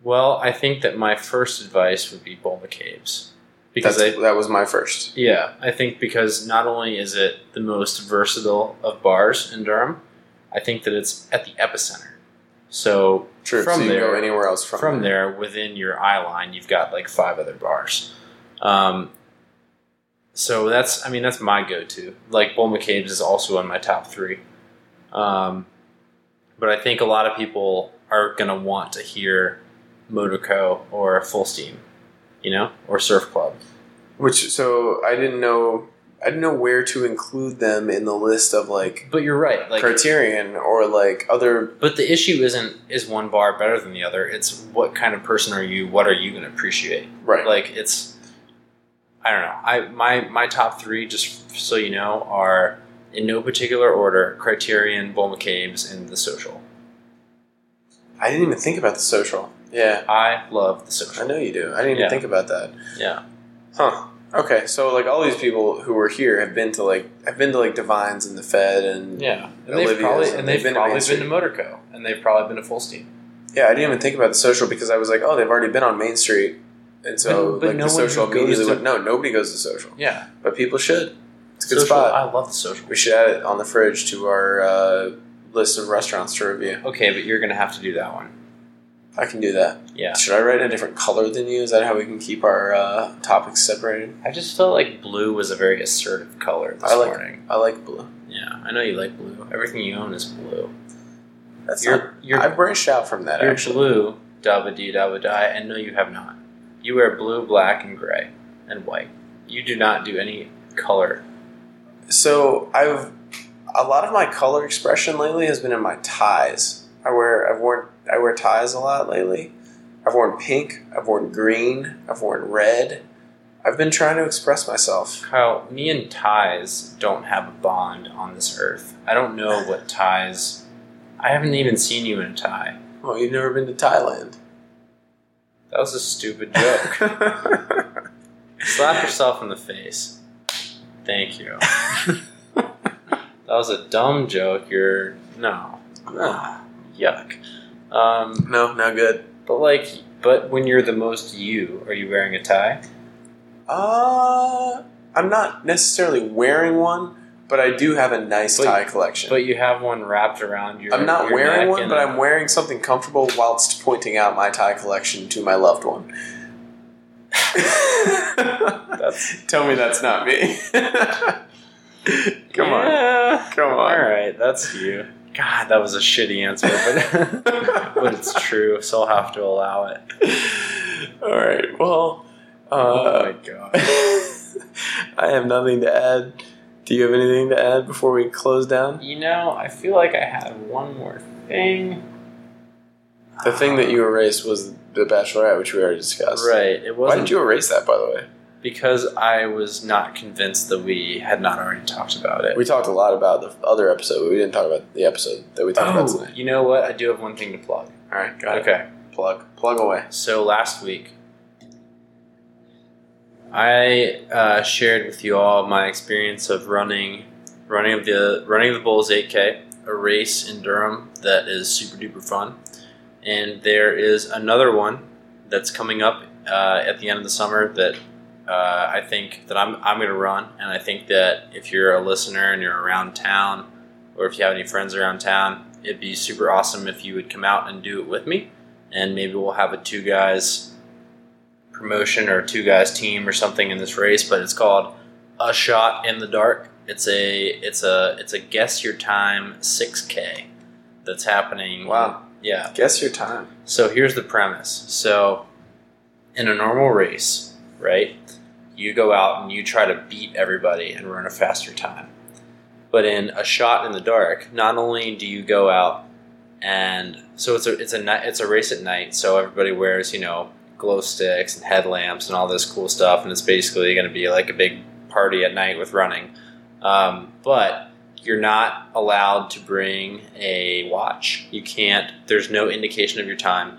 Speaker 1: Well, I think that my first advice would be Boulder Caves. Because
Speaker 2: That's,
Speaker 1: I
Speaker 2: that was my first
Speaker 1: yeah, I think because not only is it the most versatile of bars in Durham, I think that it's at the epicenter. So
Speaker 2: true
Speaker 1: From
Speaker 2: so you
Speaker 1: there-
Speaker 2: go anywhere else
Speaker 1: from,
Speaker 2: from,
Speaker 1: there, within your eye line, you've got like five other bars. Um, so that's, I mean, that's my go-to. Like Bull McCabe's is also in my top three. Um, but I think a lot of people are going to want to hear Motorco or Full Steam, you know, or Surf Club.
Speaker 2: Which so I didn't know I didn't know where to include them in the list of like,
Speaker 1: But you're right. Like,
Speaker 2: Criterion or like other
Speaker 1: but the issue isn't is one bar better than the other. It's what kind of person are you? What are you going to appreciate?
Speaker 2: right.
Speaker 1: like it's i don't know i my my top three just so you know are in no particular order criterion bull mccabe's and the social
Speaker 2: I didn't even think about the social. Yeah,
Speaker 1: i love the
Speaker 2: I
Speaker 1: social
Speaker 2: know you do. I didn't even
Speaker 1: Yeah.
Speaker 2: think about that.
Speaker 1: yeah
Speaker 2: Huh. Okay, so like all these people who were here have been to like have been to like Divines and the Fed and
Speaker 1: yeah and
Speaker 2: Olivia's
Speaker 1: they've probably
Speaker 2: and
Speaker 1: and
Speaker 2: they've
Speaker 1: they've,
Speaker 2: been to
Speaker 1: probably been
Speaker 2: Main
Speaker 1: to motorco and they've probably been to full steam
Speaker 2: Yeah, I didn't even think about the social because I was like, oh, they've already been on Main Street, and so
Speaker 1: But- but
Speaker 2: like
Speaker 1: no
Speaker 2: the
Speaker 1: one
Speaker 2: social
Speaker 1: who goes
Speaker 2: immediately
Speaker 1: to-
Speaker 2: went. No, nobody goes to social,
Speaker 1: yeah
Speaker 2: but people should. It's a good
Speaker 1: Social,
Speaker 2: spot.
Speaker 1: i love the social
Speaker 2: we should add it on the fridge to our uh, list of restaurants to review.
Speaker 1: okay but you're gonna have to do that one
Speaker 2: I can do that.
Speaker 1: Yeah.
Speaker 2: Should I write a different color than you? Is that how we can keep our uh, topics separated?
Speaker 1: I just felt like blue was a very assertive color this
Speaker 2: I like-
Speaker 1: morning.
Speaker 2: I like blue.
Speaker 1: Yeah, I know you like blue. Everything you own is blue.
Speaker 2: That's
Speaker 1: you're
Speaker 2: not,
Speaker 1: you're,
Speaker 2: I branched out from that.
Speaker 1: you're
Speaker 2: actually.
Speaker 1: blue, dabba dee dabba die, and no, you have not. You wear blue, black, and gray, and white. You do not do any color.
Speaker 2: So I've a lot of my color expression lately has been in my ties. I wear I've worn I wear ties a lot lately. I've worn pink. I've worn green. I've worn red. I've been trying to express myself.
Speaker 1: Kyle, me and ties don't have a bond on this earth. I don't know what ties. I haven't even seen you in a tie.
Speaker 2: Oh, you've never been to Thailand.
Speaker 1: That was a stupid joke. Slap yourself in the face. Thank you. That was a dumb joke. You're no. Ah, yuck. Um,
Speaker 2: no, not good.
Speaker 1: but like, but when you're the most you, are you wearing a tie?
Speaker 2: Uh, I'm not necessarily wearing one, but I do have a nice
Speaker 1: But-
Speaker 2: tie collection.
Speaker 1: But you have one wrapped around your.
Speaker 2: I'm not
Speaker 1: your
Speaker 2: wearing
Speaker 1: neck
Speaker 2: one,
Speaker 1: and-
Speaker 2: but I'm wearing something comfortable whilst pointing out my tie collection to my loved one.
Speaker 1: That's-
Speaker 2: Tell me that's not me. Come on.
Speaker 1: Yeah.
Speaker 2: Come
Speaker 1: All
Speaker 2: on.
Speaker 1: right, that's you. God, that was a shitty answer, but but it's true, so I'll have to allow it.
Speaker 2: All right. Well, uh,
Speaker 1: oh my god.
Speaker 2: I have nothing to add. Do you have anything to add before we close down?
Speaker 1: You know, I feel like I had one more thing.
Speaker 2: The thing that you erased was the Bachelorette, which we already discussed.
Speaker 1: Right. It
Speaker 2: Why
Speaker 1: wasn't
Speaker 2: did you erase that, by the way?
Speaker 1: because I was not convinced that we had not already talked about it.
Speaker 2: We talked a lot about the other episode, but we didn't talk about the episode that we talked about
Speaker 1: Oh,
Speaker 2: tonight.
Speaker 1: you know what? I do have one thing to plug.
Speaker 2: All right, got
Speaker 1: Okay.
Speaker 2: it. Plug, plug away.
Speaker 1: So last week, I uh, shared with you all my experience of running, running of the running of the Bulls 8K, a race in Durham that is super duper fun, and there is another one that's coming up uh, at the end of the summer that uh, I think that I'm I'm gonna run, and I think that if you're a listener and you're around town, or if you have any friends around town, it'd be super awesome if you would come out and do it with me and maybe we'll have a two guys promotion or two guys team or something in this race but it's called a shot in the dark it's a it's a it's a guess your time 6k that's happening
Speaker 2: Wow.
Speaker 1: yeah
Speaker 2: Guess your time.
Speaker 1: so here's the premise. So in a normal race, right, you go out and you try to beat everybody and run a faster time. But in a shot in the dark, not only do you go out and so it's a it's a ni- it's a race at night, so everybody wears, you know, glow sticks and headlamps and all this cool stuff and it's basically going to be like a big party at night with running. Um, but you're not allowed to bring a watch. You can't. There's no indication of your time.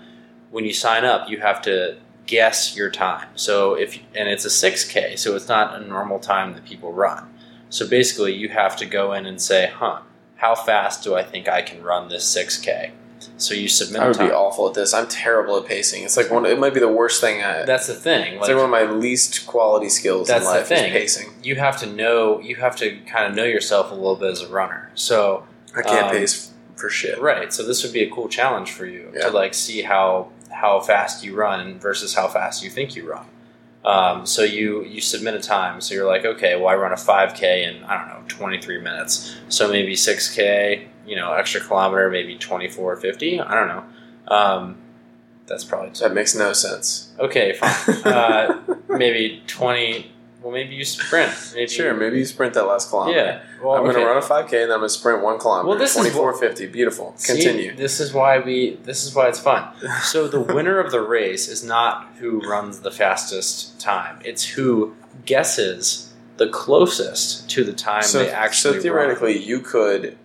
Speaker 1: When you sign up, you have to guess your time. So if and it's a 6k, so it's not a normal time that people run. So basically, you have to go in and say, "Huh, how fast do I think I can run this 6k?" So you submit
Speaker 2: I
Speaker 1: a
Speaker 2: would be
Speaker 1: time.
Speaker 2: awful at this. I'm terrible at pacing. It's like one. It might be the worst thing. I,
Speaker 1: That's the thing.
Speaker 2: it's
Speaker 1: like-
Speaker 2: like one of my least quality skills
Speaker 1: That's
Speaker 2: in
Speaker 1: the
Speaker 2: life
Speaker 1: thing.
Speaker 2: is pacing.
Speaker 1: you have to know you have to kind of know yourself a little bit as a runner so
Speaker 2: I can't
Speaker 1: Um,
Speaker 2: pace f- for shit.
Speaker 1: right so this would be a cool challenge for you
Speaker 2: Yeah.
Speaker 1: to like see how how fast you run versus how fast you think you run um, so you you submit a time so you're like okay well i run a 5k in i don't know 23 minutes so maybe 6k you know extra kilometer maybe 2450 i don't know um, that's probably
Speaker 2: That makes no sense.
Speaker 1: okay fine uh, maybe 20 well maybe you sprint maybe
Speaker 2: sure, maybe you sprint that last kilometer.
Speaker 1: yeah well,
Speaker 2: I'm
Speaker 1: okay.
Speaker 2: gonna run a 5K and then I'm gonna sprint one kilometer.
Speaker 1: Well, this is what-
Speaker 2: 2450. Beautiful.
Speaker 1: See,
Speaker 2: Continue.
Speaker 1: this is why we. This is why it's fun. So the winner of the race is not who runs the fastest time. It's who guesses the closest to the time
Speaker 2: so,
Speaker 1: they actually.
Speaker 2: so
Speaker 1: run.
Speaker 2: theoretically, you could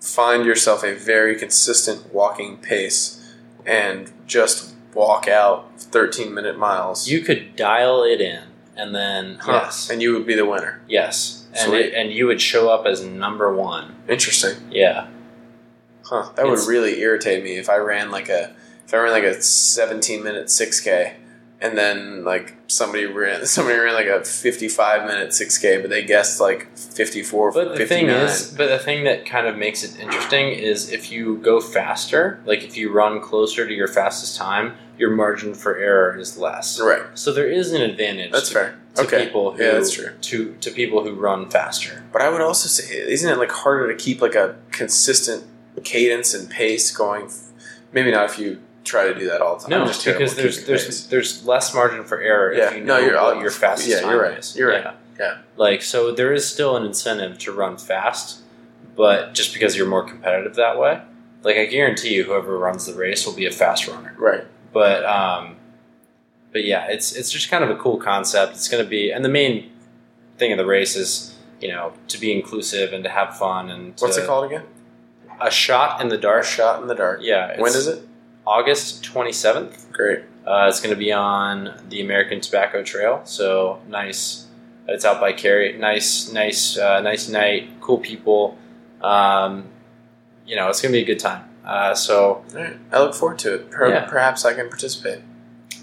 Speaker 2: find yourself a very consistent walking pace and just walk out 13 minute miles.
Speaker 1: you could dial it in, and then
Speaker 2: Huh.
Speaker 1: yes,
Speaker 2: and you would be the winner.
Speaker 1: yes, and
Speaker 2: Sweet.
Speaker 1: it, and you would show up as number one.
Speaker 2: Interesting.
Speaker 1: Yeah,
Speaker 2: Huh. That would
Speaker 1: It's-
Speaker 2: really irritate me if I ran like a if I ran like a 17 minute 6K and then like somebody ran somebody ran like a 55 minute 6k but they guessed like 54
Speaker 1: But the
Speaker 2: 59
Speaker 1: thing is, but the thing that kind of makes it interesting is if you go faster, like if you run closer to your fastest time, your margin for error is less.
Speaker 2: right
Speaker 1: So there is an advantage
Speaker 2: that's
Speaker 1: to,
Speaker 2: fair
Speaker 1: to
Speaker 2: okay
Speaker 1: people who
Speaker 2: yeah that's true
Speaker 1: to to people who run faster.
Speaker 2: but i would also say isn't it like harder to keep like a consistent cadence and pace going maybe not if you try to do that all the time
Speaker 1: No,
Speaker 2: I'm just terrible
Speaker 1: because
Speaker 2: at
Speaker 1: there's
Speaker 2: keeping
Speaker 1: there's
Speaker 2: pace.
Speaker 1: there's less margin for error
Speaker 2: Yeah.
Speaker 1: if you
Speaker 2: No,
Speaker 1: know
Speaker 2: you're-
Speaker 1: what
Speaker 2: I'll-
Speaker 1: your fastest
Speaker 2: yeah,
Speaker 1: time
Speaker 2: you're right.
Speaker 1: is.
Speaker 2: You're right.
Speaker 1: Yeah.
Speaker 2: Yeah.
Speaker 1: Like so there is still an incentive to run fast, but just because you're more competitive that way. Like I guarantee you whoever runs the race will be a fast runner.
Speaker 2: right
Speaker 1: but um, but yeah, it's it's just kind of a cool concept. It's going to be, and the main thing of the race is you know to be inclusive and to have fun and to,
Speaker 2: what's it called again
Speaker 1: A shot in the
Speaker 2: our
Speaker 1: dark.
Speaker 2: shot in the dark
Speaker 1: Yeah,
Speaker 2: when is it
Speaker 1: August twenty seventh.
Speaker 2: great
Speaker 1: Uh, it's going to be on the American Tobacco Trail. So nice. It's out by Cary. Nice, nice, uh, nice night. Cool people. Um, you know, it's going to be a good time. Uh, so
Speaker 2: all right i look forward to it Per-
Speaker 1: Yeah.
Speaker 2: perhaps i can participate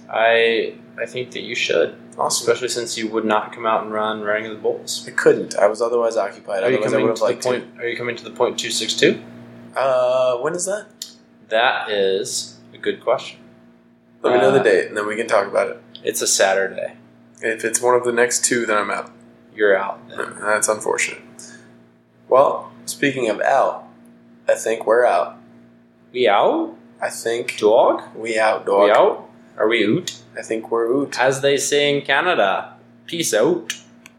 Speaker 1: I I think that you should.
Speaker 2: awesome
Speaker 1: especially since you would not come out and run running the bulls.
Speaker 2: I couldn't. I was otherwise occupied.
Speaker 1: Are you
Speaker 2: otherwise, I
Speaker 1: coming
Speaker 2: would
Speaker 1: to
Speaker 2: have
Speaker 1: the
Speaker 2: liked
Speaker 1: point? Are you coming to the point two six two?
Speaker 2: to. Uh, when is that?
Speaker 1: That is a good question.
Speaker 2: Let me know the
Speaker 1: Uh,
Speaker 2: date, and then we can talk about it.
Speaker 1: It's a Saturday.
Speaker 2: If it's one of the next two, then I'm out.
Speaker 1: You're out.
Speaker 2: That's unfortunate. Well, speaking of out, I think we're out.
Speaker 1: We out?
Speaker 2: I think
Speaker 1: Dog?
Speaker 2: we out,
Speaker 1: We
Speaker 2: dog.
Speaker 1: out? Are we out?
Speaker 2: I think we're out.
Speaker 1: As they say in Canada, peace out.